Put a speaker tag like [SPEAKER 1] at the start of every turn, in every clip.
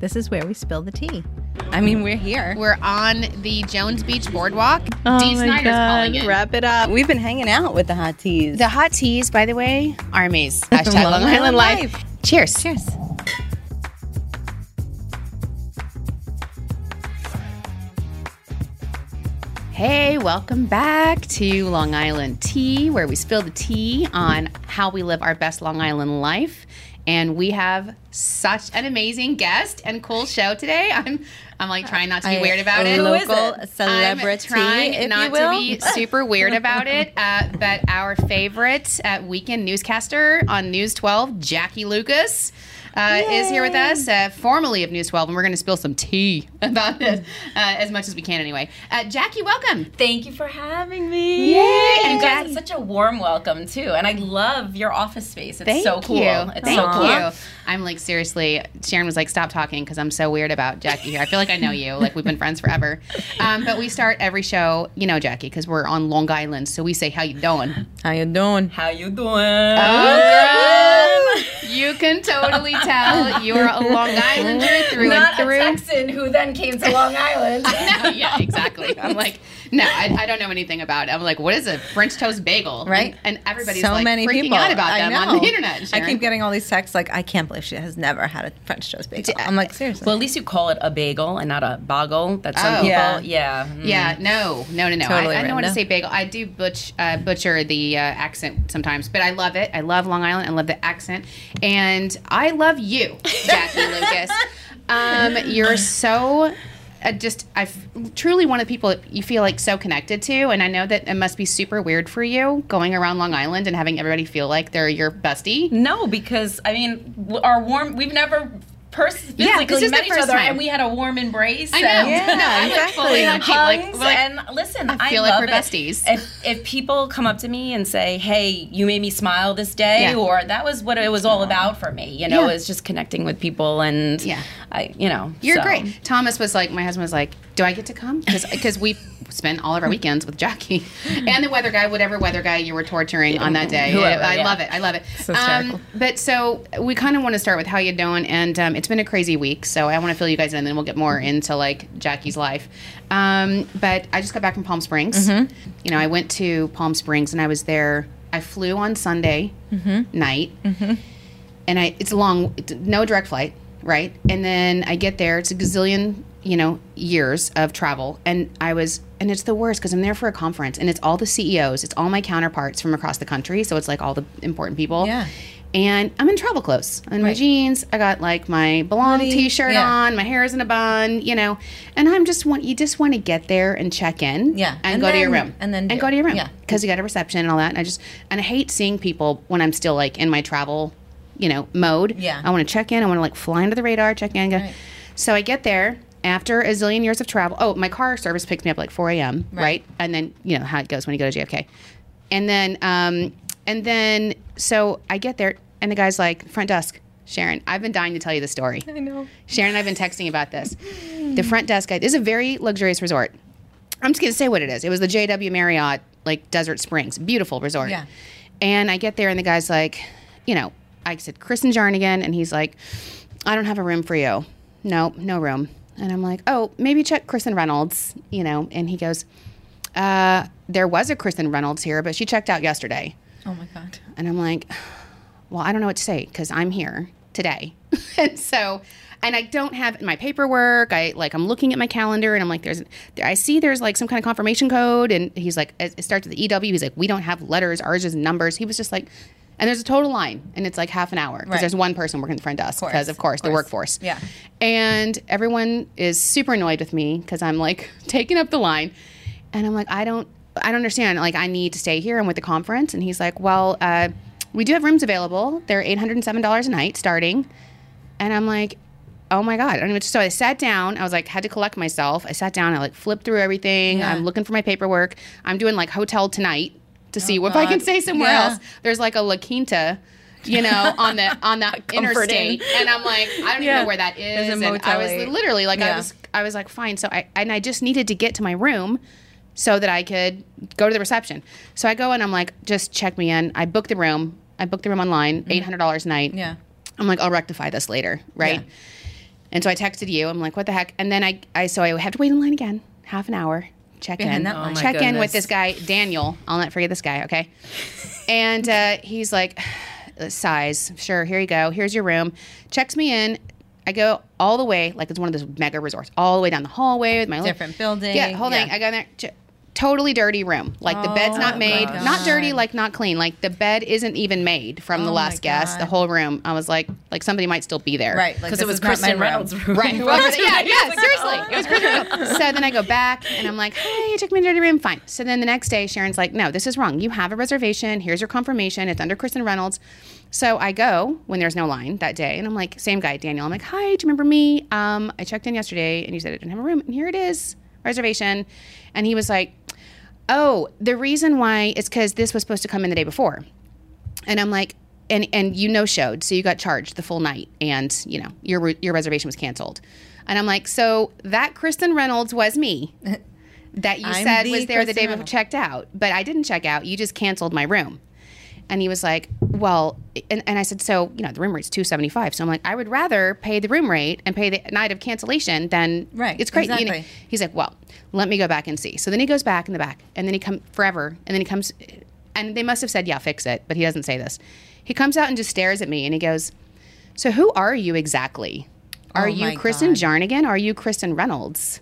[SPEAKER 1] This is where we spill the tea. I mean, we're here.
[SPEAKER 2] We're on the Jones Beach Boardwalk.
[SPEAKER 1] Oh
[SPEAKER 2] Dee
[SPEAKER 1] my
[SPEAKER 2] Snyder's calling
[SPEAKER 1] God,
[SPEAKER 2] it.
[SPEAKER 1] Wrap it up. We've been hanging out with the hot teas.
[SPEAKER 2] The hot teas, by the way, are Maze. Hashtag Long Island Life. Cheers.
[SPEAKER 1] Cheers.
[SPEAKER 2] Hey, welcome back to Long Island Tea, where we spill the tea on how we live our best Long Island life. And we have such an amazing guest and cool show today. I'm I'm like trying not to be
[SPEAKER 1] I-
[SPEAKER 2] weird about it.
[SPEAKER 1] Who is
[SPEAKER 3] local
[SPEAKER 1] it?
[SPEAKER 3] celebrity,
[SPEAKER 2] I'm trying
[SPEAKER 3] if
[SPEAKER 2] not
[SPEAKER 3] you will.
[SPEAKER 2] to be super weird about it, uh, but our favorite uh, weekend newscaster on News 12, Jackie Lucas, uh, is here with us, uh, formerly of News 12, and we're going to spill some tea about this uh, as much as we can anyway. Uh, Jackie, welcome.
[SPEAKER 3] Thank you for having me.
[SPEAKER 2] Yay!
[SPEAKER 3] And you guys, it's such a warm welcome too. And I love your office space. It's
[SPEAKER 2] Thank
[SPEAKER 3] so cool.
[SPEAKER 2] You.
[SPEAKER 3] It's
[SPEAKER 2] Thank
[SPEAKER 3] so
[SPEAKER 2] you. I'm like seriously. Sharon was like, "Stop talking," because I'm so weird about Jackie here. I feel like I know you. Like we've been friends forever. Um, but we start every show, you know, Jackie, because we're on Long Island, so we say, "How you doing?"
[SPEAKER 1] How you doing?
[SPEAKER 3] How you doing?
[SPEAKER 2] Oh, girl, you can totally tell you're a Long Islander through
[SPEAKER 3] Not a
[SPEAKER 2] and through.
[SPEAKER 3] Texan who then came to Long Island.
[SPEAKER 2] No, yeah, exactly. I'm like, no, I, I don't know anything about it. I'm like, what is a French toast bagel?
[SPEAKER 1] Right.
[SPEAKER 2] And, and everybody's
[SPEAKER 1] so
[SPEAKER 2] like
[SPEAKER 1] many
[SPEAKER 2] freaking
[SPEAKER 1] people
[SPEAKER 2] out about
[SPEAKER 1] I
[SPEAKER 2] them
[SPEAKER 1] know.
[SPEAKER 2] on the internet.
[SPEAKER 1] I
[SPEAKER 2] Sharon.
[SPEAKER 1] keep getting all these texts like, I can't believe she has never had a French toast bagel. I'm like, seriously.
[SPEAKER 3] well, at least you call it a bagel and not a boggle. That's some
[SPEAKER 2] Oh.
[SPEAKER 3] people.
[SPEAKER 1] Yeah.
[SPEAKER 3] Yeah. yeah. Mm.
[SPEAKER 2] Yeah, no, no, no, no.
[SPEAKER 1] Mm-hmm. Totally
[SPEAKER 2] I, I don't want to
[SPEAKER 1] random.
[SPEAKER 2] say bagel. I do butch, uh, butcher the uh, accent sometimes, but I love it. I love Long Island. I love the accent, and I love you, Jackie Lucas. Um, you're so. Uh, just I have truly one of the people that you feel like so connected to, and I know that it must be super weird for you going around Long Island and having everybody feel like they're your bestie.
[SPEAKER 3] No, because I mean, w- our warm. We've never pers- physically
[SPEAKER 2] Yeah, this is the
[SPEAKER 3] met each
[SPEAKER 2] first
[SPEAKER 3] other,
[SPEAKER 2] time.
[SPEAKER 3] and we had a warm embrace.
[SPEAKER 2] I know.
[SPEAKER 3] and-
[SPEAKER 1] Yeah,
[SPEAKER 2] no, I'm like fully
[SPEAKER 1] exactly.
[SPEAKER 2] on keep, like,
[SPEAKER 3] hugs,
[SPEAKER 2] we're like,
[SPEAKER 3] and "Uh, listen, I
[SPEAKER 2] feel like
[SPEAKER 3] love
[SPEAKER 2] we're
[SPEAKER 3] it.
[SPEAKER 2] besties.
[SPEAKER 3] If, if people come up to me and say, "Hey, you made me smile this day,"
[SPEAKER 2] Yeah.
[SPEAKER 3] or that was what it was all about for me, you know,
[SPEAKER 2] Yeah.
[SPEAKER 3] it's just connecting with people, and
[SPEAKER 2] Yeah.
[SPEAKER 3] I, you know,
[SPEAKER 2] You're
[SPEAKER 3] so.
[SPEAKER 2] great. Thomas was like, my husband was like, do I get to come? Because we spent all of our weekends with Jackie and the weather guy, whatever weather guy you were torturing on that day.
[SPEAKER 3] whoever,
[SPEAKER 2] I, I
[SPEAKER 3] yeah.
[SPEAKER 2] love it. I love it. Um,
[SPEAKER 1] So hysterical.
[SPEAKER 2] but so we kind of want to start with how you doing, and um, it's been a crazy week. So I want to fill you guys in, and then we'll get more
[SPEAKER 3] Mm-hmm.
[SPEAKER 2] into like Jackie's life. Um, but I just got back from Palm Springs.
[SPEAKER 3] Mm-hmm.
[SPEAKER 2] You know, I went to Palm Springs, and I was there. I flew on Sunday
[SPEAKER 3] Mm-hmm.
[SPEAKER 2] night and I it's a long it's no direct flight, right? And then I get there, it's a gazillion, you know, years of travel and I was and it's the worst cuz I'm there for a conference and it's all the CEOs, it's all my counterparts from across the country, so it's like all the important people.
[SPEAKER 1] Yeah.
[SPEAKER 2] And I'm in travel clothes. I'm In my
[SPEAKER 1] Right.
[SPEAKER 2] jeans, I got like my belong
[SPEAKER 1] Hoodie,
[SPEAKER 2] t-shirt
[SPEAKER 1] yeah.
[SPEAKER 2] on, my hair is in a bun, you know. And I'm just want you just want to get there and check in,
[SPEAKER 1] Yeah.
[SPEAKER 2] and,
[SPEAKER 1] And
[SPEAKER 2] go to your
[SPEAKER 1] then-
[SPEAKER 2] room,
[SPEAKER 1] and then do
[SPEAKER 2] go to your
[SPEAKER 1] it.
[SPEAKER 2] room,
[SPEAKER 1] Yeah.
[SPEAKER 2] because you got a reception and all that. And I just and I hate seeing people when I'm still like in my travel, you know, mode.
[SPEAKER 1] Yeah.
[SPEAKER 2] I want to check in. I want to like fly under the radar, check in. Go.
[SPEAKER 1] Right.
[SPEAKER 2] So I get there after a zillion years of travel. Oh, my car service picks me up at like 4 a.m. Right. and then you know how it goes when you go to JFK, and then um and then so I get there and the guy's like front desk. Sharon, I've been dying to tell you the story.
[SPEAKER 1] I know.
[SPEAKER 2] Sharon and I've been texting about this. The front desk guy this is a very luxurious resort. I'm just gonna say what it is. It was the JW Marriott, like Desert Springs, beautiful resort.
[SPEAKER 1] Yeah.
[SPEAKER 2] And I get there and the guy's like, you know, I said Kristen Jarnigan, and he's like, I don't have a room for you. No, no room. And I'm like, oh, maybe check Kristen Reynolds, you know. And he goes, uh, there was a Kristen Reynolds here, but she checked out yesterday.
[SPEAKER 1] Oh my god.
[SPEAKER 2] And I'm like, well, I don't know what to say because I'm here today. and so, and I don't have my paperwork. I like, I'm looking at my calendar and I'm like, there's, there, I see there's like some kind of confirmation code. And he's like, it it starts with EW. He's like, we don't have letters. Ours is numbers. He was just like, and there's a total line and it's like half an hour because
[SPEAKER 1] Right.
[SPEAKER 2] there's one person working the front desk
[SPEAKER 1] course,
[SPEAKER 2] because of course,
[SPEAKER 1] of
[SPEAKER 2] the
[SPEAKER 1] course.
[SPEAKER 2] workforce.
[SPEAKER 1] Yeah.
[SPEAKER 2] And everyone is super annoyed with me because I'm like taking up the line. And I'm like, I don't I don't understand. Like I need to stay here. I'm with the conference. And he's like, Well, uh, we do have rooms available. They're eight hundred and seven dollars a night starting. And I'm like, oh my God. And so I sat down. I was like, had to collect myself. I sat down. I like flipped through everything.
[SPEAKER 1] Yeah. Oh
[SPEAKER 2] I'm looking for my paperwork. I'm doing like hotel tonight to see if I can
[SPEAKER 1] God.
[SPEAKER 2] stay somewhere
[SPEAKER 1] Yeah.
[SPEAKER 2] else. There's like a La Quinta. You know, on the on the interstate, and I'm like, I don't even
[SPEAKER 1] Yeah.
[SPEAKER 2] know where that is.
[SPEAKER 1] a
[SPEAKER 2] And I
[SPEAKER 1] motel
[SPEAKER 2] was
[SPEAKER 1] eight.
[SPEAKER 2] literally like, I
[SPEAKER 1] Yeah.
[SPEAKER 2] was I was like, fine. So I and I just needed to get to my room so that I could go to the reception. So I go and I'm like, just check me in. I book the room. I booked the room online, eight hundred dollars a night.
[SPEAKER 1] Mm-hmm. Yeah.
[SPEAKER 2] I'm like, I'll rectify this later, right?
[SPEAKER 1] Yeah.
[SPEAKER 2] And so I texted you. I'm like, what the heck? And then I, I so I have to wait in line again, half an hour. Check
[SPEAKER 1] Behind
[SPEAKER 2] in.
[SPEAKER 1] that line. Oh my
[SPEAKER 2] check in with
[SPEAKER 3] goodness.
[SPEAKER 2] this guy, Daniel. I'll not forget this guy, okay? And uh, he's like, uh, sighs. Sure, here you go. Here's your room. Checks me in. I go all the way, like it's one of those mega resorts, all the way down the hallway with my little-
[SPEAKER 1] Different building.
[SPEAKER 2] Yeah, hold on.
[SPEAKER 1] Yeah.
[SPEAKER 2] I go in there. Ch- totally dirty room. Like the bed's
[SPEAKER 1] Oh,
[SPEAKER 2] not made.
[SPEAKER 1] my
[SPEAKER 2] Not dirty,
[SPEAKER 1] God.
[SPEAKER 2] like not clean. Like the bed isn't even made from the
[SPEAKER 1] Oh,
[SPEAKER 2] last
[SPEAKER 1] my
[SPEAKER 2] guest. The
[SPEAKER 1] God.
[SPEAKER 2] whole room. I was like, like somebody might still be there.
[SPEAKER 1] Right. Like,
[SPEAKER 3] Because
[SPEAKER 1] this
[SPEAKER 3] it was
[SPEAKER 1] is not my
[SPEAKER 3] Kristen
[SPEAKER 1] room.
[SPEAKER 3] Reynolds' room.
[SPEAKER 2] Right. Whoever they- yeah, yeah,
[SPEAKER 1] oh.
[SPEAKER 2] seriously. It was Chris Rock. So then I go back and I'm like, hey, you took me to the room. Fine. So then the next day, Sharon's like, no, this is wrong. You have a reservation. Here's your confirmation. It's under Kristen Reynolds. So I go when there's no line that day. And I'm like, same guy, Daniel. I'm like, hi, do you remember me? Um, I checked in yesterday and you said I didn't have a room. And here it is, reservation. And he was like, oh, the reason why is because this was supposed to come in the day before and I'm like, and and you no showed, so you got charged the full night, and you know your re- your reservation was canceled. And I'm like, so that Kristen Reynolds was me that you
[SPEAKER 1] I'm
[SPEAKER 2] said
[SPEAKER 1] the
[SPEAKER 2] was there the
[SPEAKER 1] Kristen
[SPEAKER 2] day before
[SPEAKER 1] Reynolds.
[SPEAKER 2] checked out, but I didn't check out. You just canceled my room. And he was like, well, and, and I said, so you know the room rate's two seventy five. So I'm like, I would rather pay the room rate and pay the night of cancellation than
[SPEAKER 1] Right,
[SPEAKER 2] It's great. you know.
[SPEAKER 1] exactly.
[SPEAKER 2] He's like, well, let me go back and see. So then he goes back in the back, and then he come forever, and then he comes, and they must have said, yeah, fix it, but he doesn't say this. He comes out and just stares at me, and he goes, so who are you exactly? Are
[SPEAKER 1] Oh
[SPEAKER 2] you
[SPEAKER 1] my
[SPEAKER 2] Kristen
[SPEAKER 1] God.
[SPEAKER 2] Jarnigan? Are you Kristen Reynolds?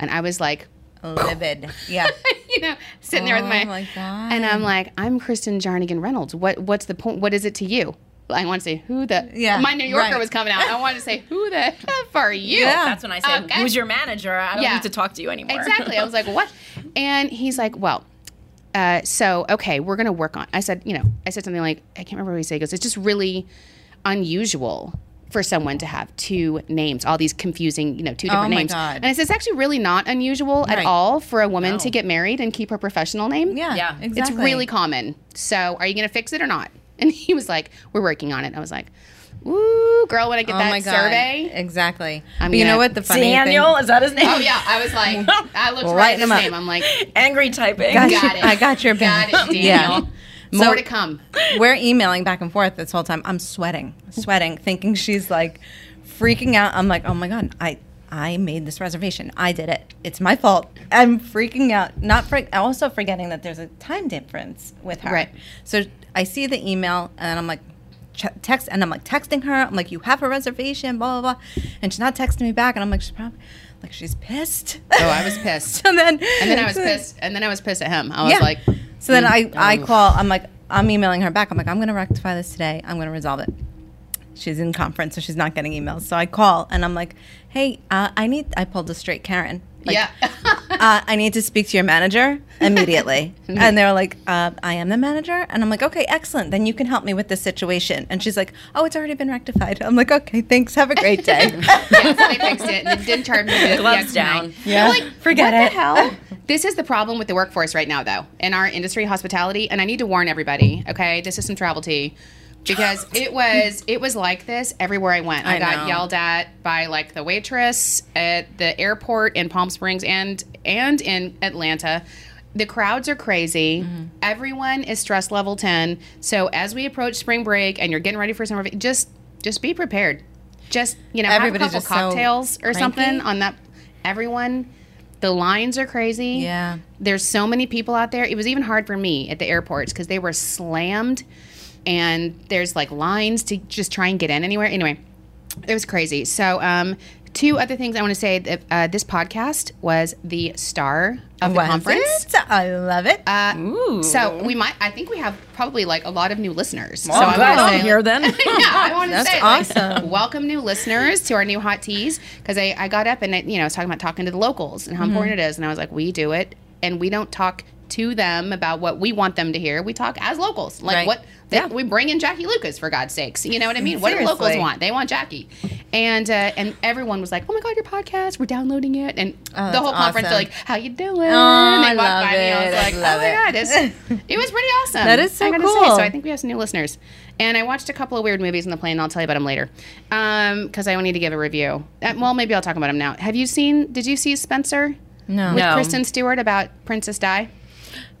[SPEAKER 2] And I was like,
[SPEAKER 1] Livid. Yeah.
[SPEAKER 2] you know, sitting there with
[SPEAKER 1] Oh
[SPEAKER 2] my,
[SPEAKER 1] my God.
[SPEAKER 2] and I'm like, I'm Kristen Jarnigan Reynolds. What what's the point? What is it to you? I want to say who the
[SPEAKER 1] Yeah,
[SPEAKER 2] my New Yorker
[SPEAKER 1] right.
[SPEAKER 2] was coming out. I wanted to say who the f are you?
[SPEAKER 1] Yeah.
[SPEAKER 3] That's when I said,
[SPEAKER 2] Okay.
[SPEAKER 3] "Who's your manager? I don't
[SPEAKER 2] Yeah.
[SPEAKER 3] need to talk to you anymore."
[SPEAKER 2] Exactly. I was like, what? And he's like, well, uh, so okay, we're gonna work on. I said, you know, I said something like, I can't remember what he said. He goes, it's just really unusual for someone to have two names, all these confusing, you know, two different
[SPEAKER 1] Oh my
[SPEAKER 2] names.
[SPEAKER 1] God.
[SPEAKER 2] And I said, it's actually really not unusual at
[SPEAKER 1] Right.
[SPEAKER 2] all for a woman
[SPEAKER 3] No.
[SPEAKER 2] to get married and keep her professional name.
[SPEAKER 1] Yeah.
[SPEAKER 3] Yeah. It's
[SPEAKER 1] Exactly.
[SPEAKER 2] It's really common. So are you going to fix it or not? And he was like, we're working on it. I was like, ooh, girl, when I get
[SPEAKER 1] Oh my
[SPEAKER 2] that
[SPEAKER 1] God.
[SPEAKER 2] survey.
[SPEAKER 1] Exactly.
[SPEAKER 2] I'm
[SPEAKER 1] But you know
[SPEAKER 2] gonna-
[SPEAKER 1] what the funny
[SPEAKER 3] Daniel,
[SPEAKER 1] thing?
[SPEAKER 3] is that his name?
[SPEAKER 2] Oh, yeah. I was like, I looked right at
[SPEAKER 1] Lighten
[SPEAKER 2] his
[SPEAKER 1] 'em up.
[SPEAKER 2] name. I'm like,
[SPEAKER 3] Angry typing.
[SPEAKER 1] Got
[SPEAKER 2] got
[SPEAKER 1] you-
[SPEAKER 2] it.
[SPEAKER 1] I got your
[SPEAKER 2] Got
[SPEAKER 1] back.
[SPEAKER 2] it, Daniel.
[SPEAKER 1] Yeah.
[SPEAKER 2] More
[SPEAKER 1] So-
[SPEAKER 2] to come.
[SPEAKER 1] We're emailing back and forth this whole time. I'm sweating, sweating, thinking she's like freaking out. I'm like, oh my god, I I made this reservation. I did it. It's my fault. I'm freaking out. Not for, also forgetting that there's a time difference with her.
[SPEAKER 2] Right.
[SPEAKER 1] So I see the email and I'm like. ch- Text and I'm like texting her. I'm like, you have a reservation, blah blah blah, and she's not texting me back. And I'm like, she's probably like she's pissed.
[SPEAKER 2] Oh, I was pissed.
[SPEAKER 1] and then
[SPEAKER 2] And then I was pissed. And then I was pissed at him. I was like,
[SPEAKER 1] so then I, I
[SPEAKER 2] oh.
[SPEAKER 1] call, I'm like, I'm emailing her back. I'm like, I'm going to rectify this today. I'm going to resolve it. She's in conference, so she's not getting emails. So I call and I'm like, hey, uh, I need, I pulled a straight Karen. Like,
[SPEAKER 2] yeah.
[SPEAKER 1] uh, I need to speak to your manager immediately. and they're like, uh, I am the manager. And I'm like, okay, excellent. Then you can help me with this situation. And she's like, oh, it's already been rectified. I'm like, okay, thanks. Have a great day.
[SPEAKER 2] yeah, so they fixed it and then didn't charge me the, the
[SPEAKER 3] Gloves
[SPEAKER 2] extra
[SPEAKER 3] down.
[SPEAKER 2] night.
[SPEAKER 1] Yeah.
[SPEAKER 2] Like,
[SPEAKER 1] Forget it.
[SPEAKER 2] what The hell? this is the problem with the workforce right now, though, in our industry, hospitality. And I need to warn everybody. Okay, this is some travel tea. Because it was it was like this everywhere I went. I,
[SPEAKER 1] I
[SPEAKER 2] got
[SPEAKER 1] know.
[SPEAKER 2] yelled at by like the waitress at the airport in Palm Springs and and in Atlanta. The crowds are crazy. Everyone is stress level ten. So as we approach spring break and you're getting ready for summer, vac- just just be prepared. Just you know,
[SPEAKER 1] Everybody's
[SPEAKER 2] have a
[SPEAKER 1] just so
[SPEAKER 2] couple cocktails or
[SPEAKER 1] cranky.
[SPEAKER 2] something on that. Everyone, the lines are crazy.
[SPEAKER 1] Yeah.
[SPEAKER 2] There's so many people out there. It was even hard for me at the airports because they were slammed and there's like lines to just try and get in anywhere. Anyway, it was crazy. So, um, two other things I want to say that uh, this podcast was the star of the
[SPEAKER 1] Was Uh,
[SPEAKER 2] conference. Uh,
[SPEAKER 1] it? I love it.
[SPEAKER 3] Ooh.
[SPEAKER 2] So we might, I think we have probably like a lot of new listeners.
[SPEAKER 3] Well,
[SPEAKER 2] so
[SPEAKER 3] I'm
[SPEAKER 2] wanna
[SPEAKER 3] glad I'm
[SPEAKER 2] say-
[SPEAKER 3] here then.
[SPEAKER 2] yeah, I want to
[SPEAKER 1] That's
[SPEAKER 2] say like,
[SPEAKER 1] awesome.
[SPEAKER 2] welcome new listeners to our new hot teas because I, I got up and I, you know I was talking about talking to the locals
[SPEAKER 1] Mm-hmm.
[SPEAKER 2] and how important it is and I was like we do it and we don't talk to them about what we want them to hear we talk as locals like
[SPEAKER 1] Right.
[SPEAKER 2] what they,
[SPEAKER 1] Yeah.
[SPEAKER 2] we bring in Jackie Lucas for God's sakes you know what I mean what do locals
[SPEAKER 1] Seriously.
[SPEAKER 2] want they want Jackie and uh, and everyone was like oh my god your podcast we're downloading it and
[SPEAKER 1] Oh,
[SPEAKER 2] the
[SPEAKER 1] that's
[SPEAKER 2] whole conference they're
[SPEAKER 1] awesome.
[SPEAKER 2] like how you doing
[SPEAKER 1] Oh, I
[SPEAKER 2] they walked by
[SPEAKER 1] love
[SPEAKER 2] me I was
[SPEAKER 1] it. I
[SPEAKER 2] like
[SPEAKER 1] love
[SPEAKER 2] oh my
[SPEAKER 1] it.
[SPEAKER 2] god it's, it was pretty awesome
[SPEAKER 1] That is so
[SPEAKER 2] I gotta
[SPEAKER 1] cool.
[SPEAKER 2] so I think we have some new listeners. And I watched a couple of weird movies on the plane. And I'll tell you about them later because I I need to give a review. Uh, well, maybe I'll talk about them now. Have you seen? Did you see Spencer
[SPEAKER 1] no.
[SPEAKER 2] with
[SPEAKER 3] No.
[SPEAKER 2] Kristen Stewart about Princess Di?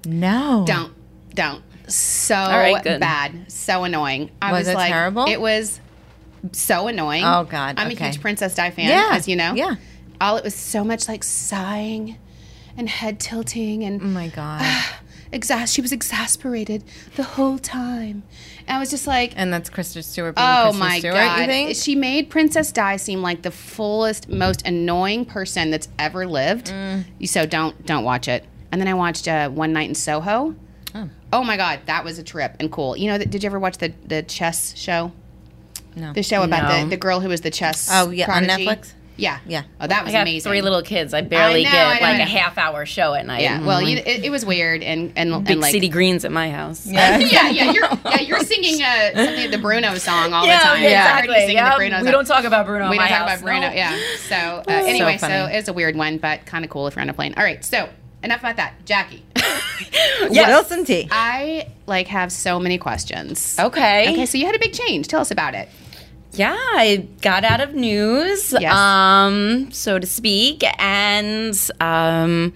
[SPEAKER 1] no.
[SPEAKER 2] Don't, don't. So
[SPEAKER 3] right, good.
[SPEAKER 2] bad, so annoying. I was,
[SPEAKER 1] Was it
[SPEAKER 2] like,
[SPEAKER 1] terrible?
[SPEAKER 2] It was so annoying.
[SPEAKER 1] Oh, God,
[SPEAKER 2] I'm
[SPEAKER 1] okay.
[SPEAKER 2] a huge Princess Di fan,
[SPEAKER 1] Yeah,
[SPEAKER 2] as you know.
[SPEAKER 1] yeah.
[SPEAKER 2] All it was so much like sighing and head tilting and
[SPEAKER 1] Oh my god.
[SPEAKER 2] exas- she was exasperated the whole time. And I was just like,
[SPEAKER 1] And that's Kristen Stewart. Being
[SPEAKER 2] Oh
[SPEAKER 1] Kristen
[SPEAKER 2] my
[SPEAKER 1] Stewart,
[SPEAKER 2] god!
[SPEAKER 1] You think?
[SPEAKER 2] She made Princess Di seem like the fullest, most annoying person that's ever lived.
[SPEAKER 1] Mm.
[SPEAKER 2] You So don't don't watch it. And then I watched uh, One Night in Soho. Oh. my god, that was a trip and cool. You know, th- did you ever watch the the chess show?
[SPEAKER 1] No.
[SPEAKER 2] The show about
[SPEAKER 3] No.
[SPEAKER 2] the, the girl who was the chess.
[SPEAKER 1] Oh, yeah, on
[SPEAKER 2] prodigy?
[SPEAKER 1] Netflix?
[SPEAKER 2] Yeah,
[SPEAKER 1] Yeah.
[SPEAKER 2] Oh, that
[SPEAKER 3] I
[SPEAKER 2] was
[SPEAKER 3] got
[SPEAKER 2] amazing.
[SPEAKER 3] three little kids. I barely
[SPEAKER 2] know, I
[SPEAKER 3] get
[SPEAKER 2] know,
[SPEAKER 3] like
[SPEAKER 2] I know.
[SPEAKER 3] a half hour show at night.
[SPEAKER 1] Mm-hmm.
[SPEAKER 2] yeah. Well, you, it, it was weird and and,
[SPEAKER 3] Big
[SPEAKER 2] and like.
[SPEAKER 3] city greens at my house.
[SPEAKER 1] Yeah.
[SPEAKER 2] yeah, yeah, you're yeah, you're singing uh, something the Bruno song all the time. You're already
[SPEAKER 3] exactly.
[SPEAKER 2] singing
[SPEAKER 3] Yeah.
[SPEAKER 2] the Bruno
[SPEAKER 3] we
[SPEAKER 2] song.
[SPEAKER 3] don't talk about Bruno. at
[SPEAKER 2] we don't
[SPEAKER 3] my
[SPEAKER 2] talk
[SPEAKER 3] house,
[SPEAKER 2] about Bruno.
[SPEAKER 3] no.
[SPEAKER 2] Yeah. So uh, anyway, so,
[SPEAKER 3] funny.
[SPEAKER 2] it's a weird one, but kind of cool if you're on a plane. All right. So enough about that, Jackie.
[SPEAKER 3] Yes.
[SPEAKER 1] Wilson T.
[SPEAKER 2] I like have so many questions.
[SPEAKER 3] Okay.
[SPEAKER 2] Okay. So you had a big change. Tell us about it.
[SPEAKER 3] Yeah, I got out of news,
[SPEAKER 2] Yes.
[SPEAKER 3] um, so to speak, and um,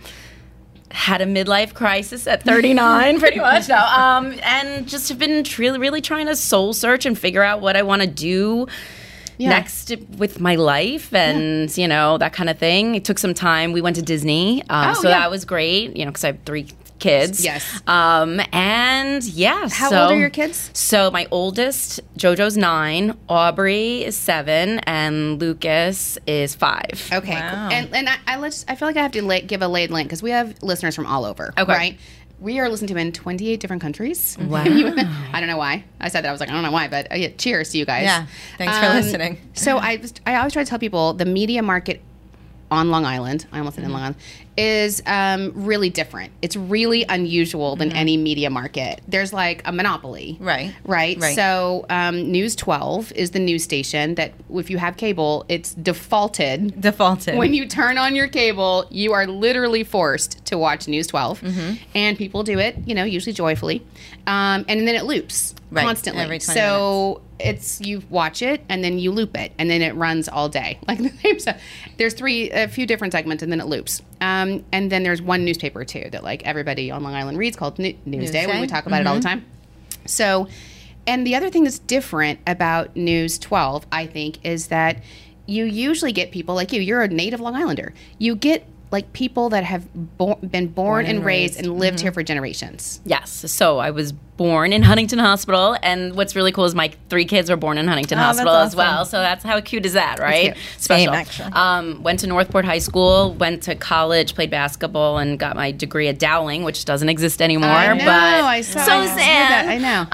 [SPEAKER 3] had a midlife crisis at 39, pretty much. No, um, and just have been tr- really trying to soul search and figure out what I want to do
[SPEAKER 2] Yeah.
[SPEAKER 3] next with my life and you know that kind of thing it took some time we went to disney um,
[SPEAKER 2] Oh,
[SPEAKER 3] so
[SPEAKER 2] yeah.
[SPEAKER 3] that was great you know because i have three kids
[SPEAKER 2] Yes.
[SPEAKER 3] um and yeah
[SPEAKER 2] How old are your kids?
[SPEAKER 3] so my oldest jojo's nine aubrey is seven and lucas is five
[SPEAKER 2] Okay.
[SPEAKER 1] Wow.
[SPEAKER 2] Cool. And and I, I let's I feel like I have to la- give a laid link because we have listeners from all over.
[SPEAKER 3] Okay.
[SPEAKER 2] Right. We are listened to in 28 different countries.
[SPEAKER 3] Wow.
[SPEAKER 2] I don't know why. I said that. I was like, I don't know why, but uh, yeah, cheers to you guys. Um,
[SPEAKER 1] Yeah. Thanks for listening.
[SPEAKER 2] So I, was- I always try to tell people the media market on Long Island, I almost said
[SPEAKER 1] Mm-hmm.
[SPEAKER 2] in Long Island, is um, really different. It's really unusual than any media market. There's like a monopoly.
[SPEAKER 1] Mm-hmm. Right.
[SPEAKER 2] Right.
[SPEAKER 1] Right.
[SPEAKER 2] So um, News 12 is the news station that if you have cable, it's defaulted
[SPEAKER 1] Defaulted.
[SPEAKER 2] when you turn on your cable, you are literally forced to watch News 12.
[SPEAKER 1] Mm-hmm.
[SPEAKER 2] And people do it, you know, usually joyfully. Um, and then it loops
[SPEAKER 1] Right,
[SPEAKER 2] constantly.
[SPEAKER 1] every 20
[SPEAKER 2] so it's you watch it and then you loop it and then it runs all day. Like the same stuff. There's three, a few different segments and then it loops. Um, and then there's one newspaper too that like everybody on Long Island reads called New- Newsday. Mm-hmm.
[SPEAKER 1] Newsday.
[SPEAKER 2] We talk about it all the time. So, and the other thing that's different about News 12, I think, is that you usually get people like you. You're a native Long Islander. You get like people that have bor- been born, and, raised, Mm-hmm. and lived here for generations.
[SPEAKER 3] Yes. So I was born in Huntington Hospital, and what's really cool is my three kids were born in Huntington
[SPEAKER 1] Oh, that's
[SPEAKER 3] Hospital as
[SPEAKER 1] awesome.
[SPEAKER 3] well. So that's how cute is that, right? Special.
[SPEAKER 1] Same, actually.
[SPEAKER 3] Um, went to Northport High School, went to college, played basketball, and got my degree at Dowling, which doesn't exist anymore.
[SPEAKER 2] I know,
[SPEAKER 3] But
[SPEAKER 2] I saw-
[SPEAKER 3] so
[SPEAKER 2] I heard
[SPEAKER 3] sad.
[SPEAKER 2] that, I know.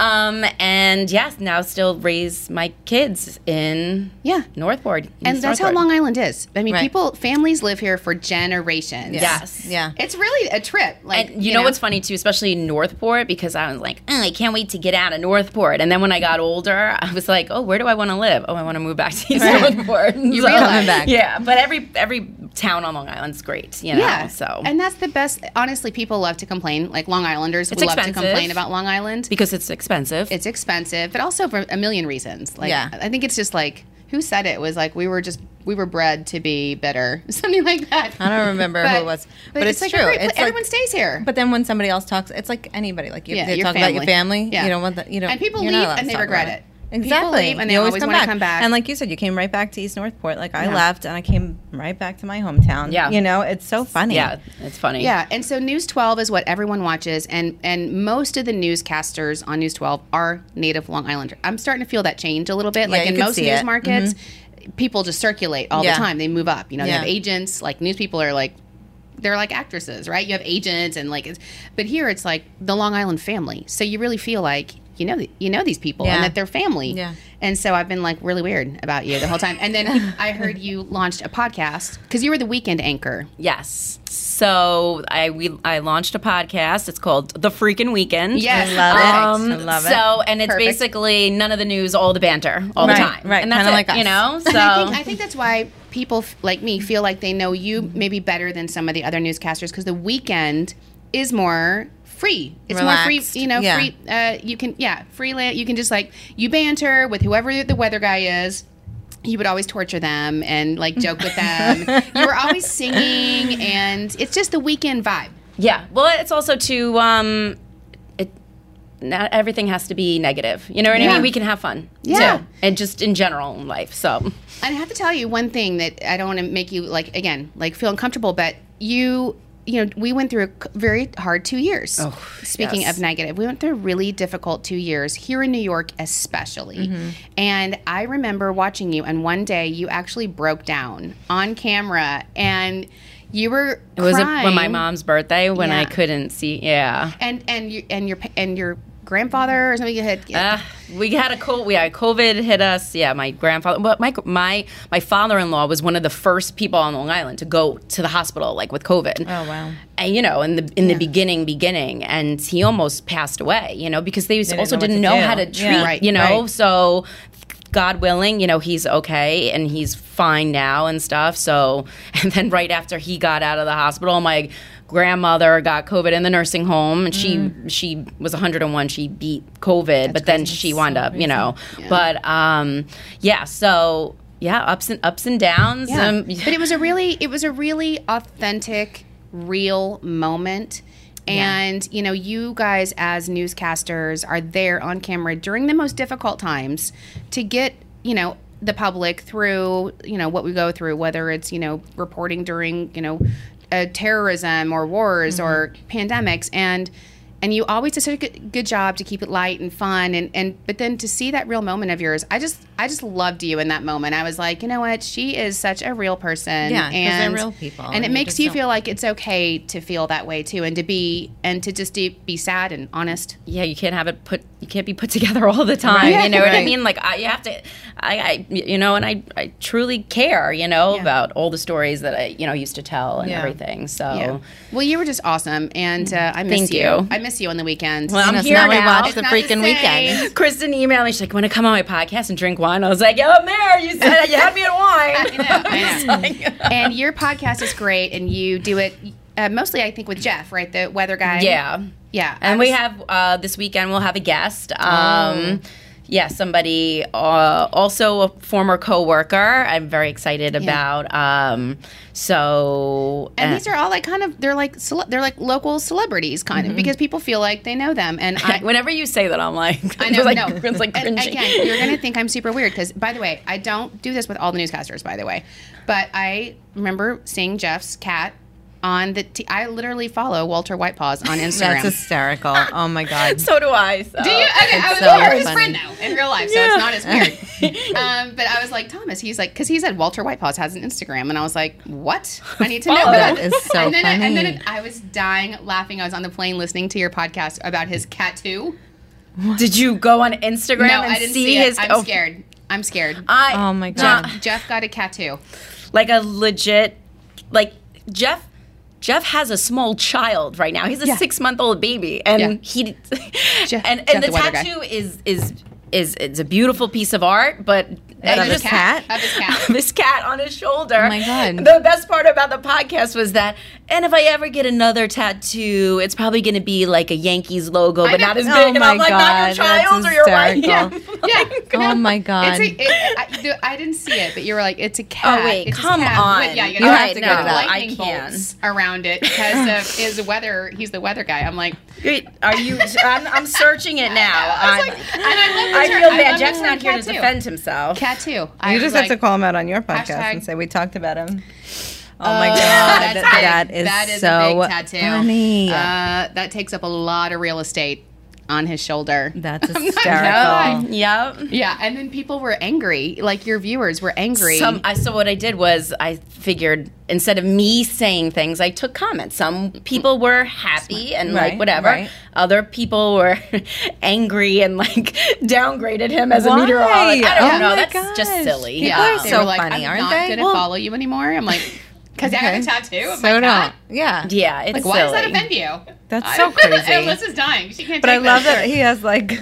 [SPEAKER 3] Um, and yes, now still raise my kids in
[SPEAKER 2] Yeah.
[SPEAKER 3] Northport,
[SPEAKER 2] And
[SPEAKER 3] East
[SPEAKER 2] that's how
[SPEAKER 3] Northport.
[SPEAKER 2] Long Island is. I mean,
[SPEAKER 1] Right.
[SPEAKER 2] people, families live here for generations.
[SPEAKER 3] Yes.
[SPEAKER 1] Yeah.
[SPEAKER 2] It's really a trip. Like,
[SPEAKER 3] And you, know, what's funny too, especially Northport, because I was like, "Mm, I can't wait to get out of Northport. And then when I got older, I was like, oh, where do I want to live? Oh, I want to move back to East Northport. You
[SPEAKER 2] realize.
[SPEAKER 1] back.
[SPEAKER 3] Yeah, but every every town on Long Island's great, you know.
[SPEAKER 2] Yeah.
[SPEAKER 3] So
[SPEAKER 2] And that's the best. Honestly, people love to complain. Like Long Islanders,
[SPEAKER 3] It's
[SPEAKER 2] we love to
[SPEAKER 3] expensive.
[SPEAKER 2] complain about Long Island.
[SPEAKER 3] because it's expensive.
[SPEAKER 2] it's expensive, but also for a million reasons. Like
[SPEAKER 1] Yeah.
[SPEAKER 2] I think it's just like who said it was like we were just we were bred to be better, something like that.
[SPEAKER 1] I don't remember who
[SPEAKER 2] But-
[SPEAKER 1] it was,
[SPEAKER 2] but,
[SPEAKER 1] but, it's,
[SPEAKER 2] like a
[SPEAKER 1] true.
[SPEAKER 2] great pla-
[SPEAKER 1] It's like-
[SPEAKER 2] everyone stays here.
[SPEAKER 1] But then when somebody else talks, it's like anybody. Like you,
[SPEAKER 2] Yeah,
[SPEAKER 1] they
[SPEAKER 2] your
[SPEAKER 1] talk about your
[SPEAKER 2] family.
[SPEAKER 1] family.
[SPEAKER 2] Yeah.
[SPEAKER 1] You don't want that. You know,
[SPEAKER 2] And people
[SPEAKER 1] you're
[SPEAKER 2] leave
[SPEAKER 1] not allowed to
[SPEAKER 2] and they
[SPEAKER 1] talk
[SPEAKER 2] regret
[SPEAKER 1] about
[SPEAKER 2] it. People
[SPEAKER 1] Exactly.
[SPEAKER 2] leave and they always
[SPEAKER 1] come
[SPEAKER 2] wanna
[SPEAKER 1] back.
[SPEAKER 2] come back.
[SPEAKER 1] And like you said, you came right back to East Northport. Like I
[SPEAKER 2] Yeah.
[SPEAKER 1] left and I came right back to my hometown.
[SPEAKER 3] Yeah.
[SPEAKER 1] You know, it's so funny.
[SPEAKER 3] yeah, it's funny.
[SPEAKER 2] yeah, and so News 12 is what everyone watches, and and most of the newscasters on News 12 are native Long Islander. I'm starting to feel that change a little bit. Like
[SPEAKER 1] you
[SPEAKER 2] in
[SPEAKER 1] could
[SPEAKER 2] most
[SPEAKER 1] see
[SPEAKER 2] news
[SPEAKER 1] it. Mm-hmm.
[SPEAKER 2] markets, people just circulate all
[SPEAKER 1] Yeah.
[SPEAKER 2] the time. They move up. You know,
[SPEAKER 1] Yeah.
[SPEAKER 2] they have agents. Like news people are like, they're like actresses, right? You have agents and like, it's, but here it's like the Long Island family. So you really feel like you know you know these people
[SPEAKER 1] Yeah.
[SPEAKER 2] and that they're family.
[SPEAKER 1] Yeah.
[SPEAKER 2] And so I've been like really weird about you the whole time. And then I heard you launched a podcast because you were the weekend anchor.
[SPEAKER 3] Yes. So I we I launched a podcast. It's called The Freaking Weekend.
[SPEAKER 2] Yes.
[SPEAKER 1] I love it. I
[SPEAKER 3] Um,
[SPEAKER 1] love it.
[SPEAKER 3] so and it's
[SPEAKER 2] Perfect.
[SPEAKER 3] basically none of the news, all the banter, all
[SPEAKER 1] Right,
[SPEAKER 3] the time.
[SPEAKER 1] right,
[SPEAKER 3] And that's
[SPEAKER 1] kinda
[SPEAKER 3] it,
[SPEAKER 1] like us.
[SPEAKER 3] you know. So
[SPEAKER 2] And I think I think that's why people f- like me feel like they know you maybe better than some of the other newscasters because the weekend is more free. It's more
[SPEAKER 1] Relaxed.
[SPEAKER 2] free, you know,
[SPEAKER 1] Yeah.
[SPEAKER 2] free. Uh, you can yeah, freelance. You can just like you banter with whoever the weather guy is. You would always torture them and like joke with them. you were always singing, and it's just the weekend vibe.
[SPEAKER 3] Yeah. Well, it's also to um, it not everything has to be negative. You know what I
[SPEAKER 2] Yeah.
[SPEAKER 3] mean? We can have fun.
[SPEAKER 2] Yeah.
[SPEAKER 3] too, and just in general in life. So
[SPEAKER 2] And I have to tell you one thing that I don't want to make you like again like feel uncomfortable, but you you know we went through a c- very hard two years.
[SPEAKER 3] Oh,
[SPEAKER 2] Speaking
[SPEAKER 3] yes.
[SPEAKER 2] of negative, we went through a really difficult two years here in New York, especially.
[SPEAKER 3] Mm-hmm.
[SPEAKER 2] And I remember watching you, and one day you actually broke down on camera, and you were
[SPEAKER 3] it was a,
[SPEAKER 2] crying,
[SPEAKER 3] when my mom's birthday when
[SPEAKER 2] Yeah.
[SPEAKER 3] I couldn't see. Yeah.
[SPEAKER 2] and and you and your pa- and your grandfather or something you had.
[SPEAKER 3] Uh, we had a cold. We had COVID hit us. Yeah, my grandfather. But my my my father-in-law was one of the first people on Long Island to go to the hospital, like with COVID.
[SPEAKER 1] Oh, wow.
[SPEAKER 3] And Uh, you know, in the in the beginning, beginning, and he almost passed away. You know, because they,
[SPEAKER 1] didn't
[SPEAKER 3] also
[SPEAKER 1] know what
[SPEAKER 3] didn't
[SPEAKER 1] to
[SPEAKER 3] know
[SPEAKER 1] do.
[SPEAKER 3] how to treat.
[SPEAKER 1] Yeah.
[SPEAKER 2] Right,
[SPEAKER 3] you know,
[SPEAKER 2] right.
[SPEAKER 3] so God willing, you know, he's okay and he's fine now and stuff. So, and then right after he got out of the hospital, my grandmother got COVID in the nursing home and she she was 101 she beat covid but then she wound up you know but um yeah so yeah ups and ups and downs
[SPEAKER 2] Yeah.
[SPEAKER 3] um,
[SPEAKER 2] but it was a really it was a really authentic, real moment. And you know, you guys as newscasters are there on camera during the most difficult times to get, you know, the public through, you know, what we go through, whether it's, you know, reporting during, you know, uh, terrorism or wars or pandemics and and you always did such a good, good job to keep it light and fun and, and but then to see that real moment of yours i just i just loved you in that moment i was like you know what she is such a real person
[SPEAKER 1] Yeah, 'cause they're
[SPEAKER 2] and
[SPEAKER 1] real people,
[SPEAKER 2] and,
[SPEAKER 1] and
[SPEAKER 2] it
[SPEAKER 1] you
[SPEAKER 2] makes
[SPEAKER 1] just
[SPEAKER 2] you
[SPEAKER 1] don't-
[SPEAKER 2] feel like it's okay to feel that way too and to be and to just to be sad and honest
[SPEAKER 3] yeah, you can't have it put. You can't be put together all the time.
[SPEAKER 2] Right.
[SPEAKER 3] You know what I
[SPEAKER 2] Right.
[SPEAKER 3] mean? Like I, you have to. I, I, you know, and I, I truly care. You know
[SPEAKER 2] Yeah.
[SPEAKER 3] about all the stories that I, you know, used to tell and
[SPEAKER 1] Yeah.
[SPEAKER 3] everything. So.
[SPEAKER 2] yeah well you were just awesome and uh, i miss
[SPEAKER 3] Thank you.
[SPEAKER 2] i miss you on the weekends
[SPEAKER 3] Well, I'm
[SPEAKER 1] Yes,
[SPEAKER 3] here
[SPEAKER 1] now we
[SPEAKER 3] now.
[SPEAKER 1] watch
[SPEAKER 3] It's
[SPEAKER 1] the
[SPEAKER 2] not the
[SPEAKER 1] freaking weekend.
[SPEAKER 3] Kristen emailed me. She's like, "Want to come on my podcast and drink wine?" I was like, "Yo, Mayor, you said you had me at wine."
[SPEAKER 2] I know. and your podcast is great and you do it uh, mostly i think with jeff right the weather guy
[SPEAKER 3] yeah,
[SPEAKER 2] yeah I
[SPEAKER 3] and
[SPEAKER 2] was-
[SPEAKER 3] we have uh, this weekend. We'll have a guest. Um,
[SPEAKER 2] Oh.
[SPEAKER 3] Yeah, somebody uh, also a former coworker. I'm very excited about. Um, so
[SPEAKER 2] and
[SPEAKER 3] uh,
[SPEAKER 2] these are all like kind of they're like cele- they're like local celebrities kind
[SPEAKER 3] Mm-hmm.
[SPEAKER 2] of because people feel like they know them and I,
[SPEAKER 3] Whenever you say that, I'm like,
[SPEAKER 2] I know,
[SPEAKER 3] like,
[SPEAKER 2] no.
[SPEAKER 3] it's like
[SPEAKER 2] And
[SPEAKER 3] cringing.
[SPEAKER 2] again, you're gonna think I'm super weird because, by the way, I don't do this with all the newscasters. By the way, but I remember seeing Jeff's cat on the. T- I literally follow Walter Whitepaws on Instagram.
[SPEAKER 1] That's hysterical. Oh my god.
[SPEAKER 3] so do I. So.
[SPEAKER 2] do you? Okay, I was
[SPEAKER 1] so
[SPEAKER 2] you're his
[SPEAKER 1] funny.
[SPEAKER 2] friend now in real life, so it's not as weird. um, but I was like Thomas. He's like because he said Walter Whitepaws has an Instagram, and I was like, what? I need to know
[SPEAKER 3] Follow
[SPEAKER 2] that.
[SPEAKER 1] Oh, That is so
[SPEAKER 2] and then I, and then
[SPEAKER 1] funny.
[SPEAKER 2] it, I was dying laughing. I was on the plane listening to your podcast about his cat too.
[SPEAKER 3] Did you go on Instagram
[SPEAKER 2] No,
[SPEAKER 3] and
[SPEAKER 2] I didn't
[SPEAKER 3] see,
[SPEAKER 2] see, it.
[SPEAKER 3] his?
[SPEAKER 2] I'm
[SPEAKER 3] oh,
[SPEAKER 2] scared. I'm scared.
[SPEAKER 3] I,
[SPEAKER 1] Oh my
[SPEAKER 3] John-
[SPEAKER 1] God.
[SPEAKER 2] Jeff got a tattoo.
[SPEAKER 3] like a legit like Jeff Jeff has a small child right now. He's a
[SPEAKER 2] Yeah.
[SPEAKER 3] six month old baby, and
[SPEAKER 2] Yeah.
[SPEAKER 3] he
[SPEAKER 2] Jeff-
[SPEAKER 3] and, and
[SPEAKER 2] Jeff
[SPEAKER 3] the,
[SPEAKER 2] the weather guy.
[SPEAKER 3] tattoo is is is it's a beautiful piece of art, but I
[SPEAKER 1] of his
[SPEAKER 3] just-
[SPEAKER 1] cat?
[SPEAKER 2] Of his cat.
[SPEAKER 3] this cat on his shoulder.
[SPEAKER 1] Oh my God.
[SPEAKER 3] The best part about the podcast was that, and if I ever get another tattoo, it's probably going to be like a Yankees logo, but
[SPEAKER 2] know.
[SPEAKER 3] not as big.
[SPEAKER 1] Oh
[SPEAKER 3] and
[SPEAKER 1] my
[SPEAKER 3] I'm like, not your
[SPEAKER 1] God, that's
[SPEAKER 3] child or your wife.
[SPEAKER 1] hysterical.
[SPEAKER 2] yeah.
[SPEAKER 1] Oh my
[SPEAKER 2] It's
[SPEAKER 1] god.
[SPEAKER 2] a, it, I, the- I didn't see it, but you were like, it's a cat.
[SPEAKER 3] Oh, wait,
[SPEAKER 2] it's his
[SPEAKER 3] come
[SPEAKER 2] cat.
[SPEAKER 3] on.
[SPEAKER 2] But yeah, you,
[SPEAKER 1] You have to
[SPEAKER 2] know,
[SPEAKER 1] get it out.
[SPEAKER 2] lightning
[SPEAKER 3] I can.
[SPEAKER 2] bolts around it because of his weather. He's the weather guy. I'm like,
[SPEAKER 3] Wait, Are you? I'm, I'm searching it now.
[SPEAKER 2] I was
[SPEAKER 3] I'm-
[SPEAKER 2] like, and I love
[SPEAKER 3] I
[SPEAKER 2] this her-
[SPEAKER 3] feel
[SPEAKER 2] I
[SPEAKER 3] bad.
[SPEAKER 2] love
[SPEAKER 3] Jeff's
[SPEAKER 2] this
[SPEAKER 3] not
[SPEAKER 2] her
[SPEAKER 3] here to
[SPEAKER 2] cat, too.
[SPEAKER 3] defend himself.
[SPEAKER 2] Cat too. I
[SPEAKER 1] You
[SPEAKER 2] was
[SPEAKER 1] just
[SPEAKER 2] like,
[SPEAKER 1] have to call him out on your podcast
[SPEAKER 2] Hashtag-
[SPEAKER 1] and say we talked about him. Oh
[SPEAKER 2] Oh,
[SPEAKER 1] my
[SPEAKER 3] Uh,
[SPEAKER 1] god,
[SPEAKER 2] that's big.
[SPEAKER 1] that is
[SPEAKER 2] that is
[SPEAKER 1] so
[SPEAKER 2] a big tattoo.
[SPEAKER 1] funny.
[SPEAKER 2] Uh, that takes up a lot of real estate on his shoulder.
[SPEAKER 1] that's
[SPEAKER 2] lying.
[SPEAKER 1] hysterical.
[SPEAKER 3] Yep.
[SPEAKER 2] yeah, and then people were angry. Like your viewers were angry.
[SPEAKER 3] Some, I, so what I did was I figured instead of me saying things, I took comments. Some people were happy and like
[SPEAKER 1] Right,
[SPEAKER 3] whatever.
[SPEAKER 1] right.
[SPEAKER 3] Other people were angry and like downgraded him as a
[SPEAKER 1] Why?
[SPEAKER 3] meteorologist. I don't
[SPEAKER 1] Oh
[SPEAKER 3] know.
[SPEAKER 1] my
[SPEAKER 3] That's just
[SPEAKER 1] gosh.
[SPEAKER 3] silly.
[SPEAKER 1] People
[SPEAKER 2] yeah,
[SPEAKER 1] are
[SPEAKER 2] they
[SPEAKER 1] so
[SPEAKER 2] were like,
[SPEAKER 1] funny,
[SPEAKER 2] I'm
[SPEAKER 1] aren't
[SPEAKER 2] not
[SPEAKER 1] they?
[SPEAKER 2] Gonna
[SPEAKER 1] Well-
[SPEAKER 2] follow you anymore? I'm like, because I got a
[SPEAKER 1] Okay.
[SPEAKER 2] tattoo of
[SPEAKER 1] So
[SPEAKER 2] my
[SPEAKER 1] don't.
[SPEAKER 2] cat.
[SPEAKER 1] Yeah.
[SPEAKER 3] Yeah, it's
[SPEAKER 2] Like, why does that
[SPEAKER 3] silly.
[SPEAKER 2] offend you?
[SPEAKER 1] That's
[SPEAKER 2] I
[SPEAKER 1] so
[SPEAKER 2] don't-
[SPEAKER 1] crazy.
[SPEAKER 2] Alyssa's dying. She can't.
[SPEAKER 1] But I
[SPEAKER 2] take
[SPEAKER 1] love
[SPEAKER 2] this.
[SPEAKER 1] that he has like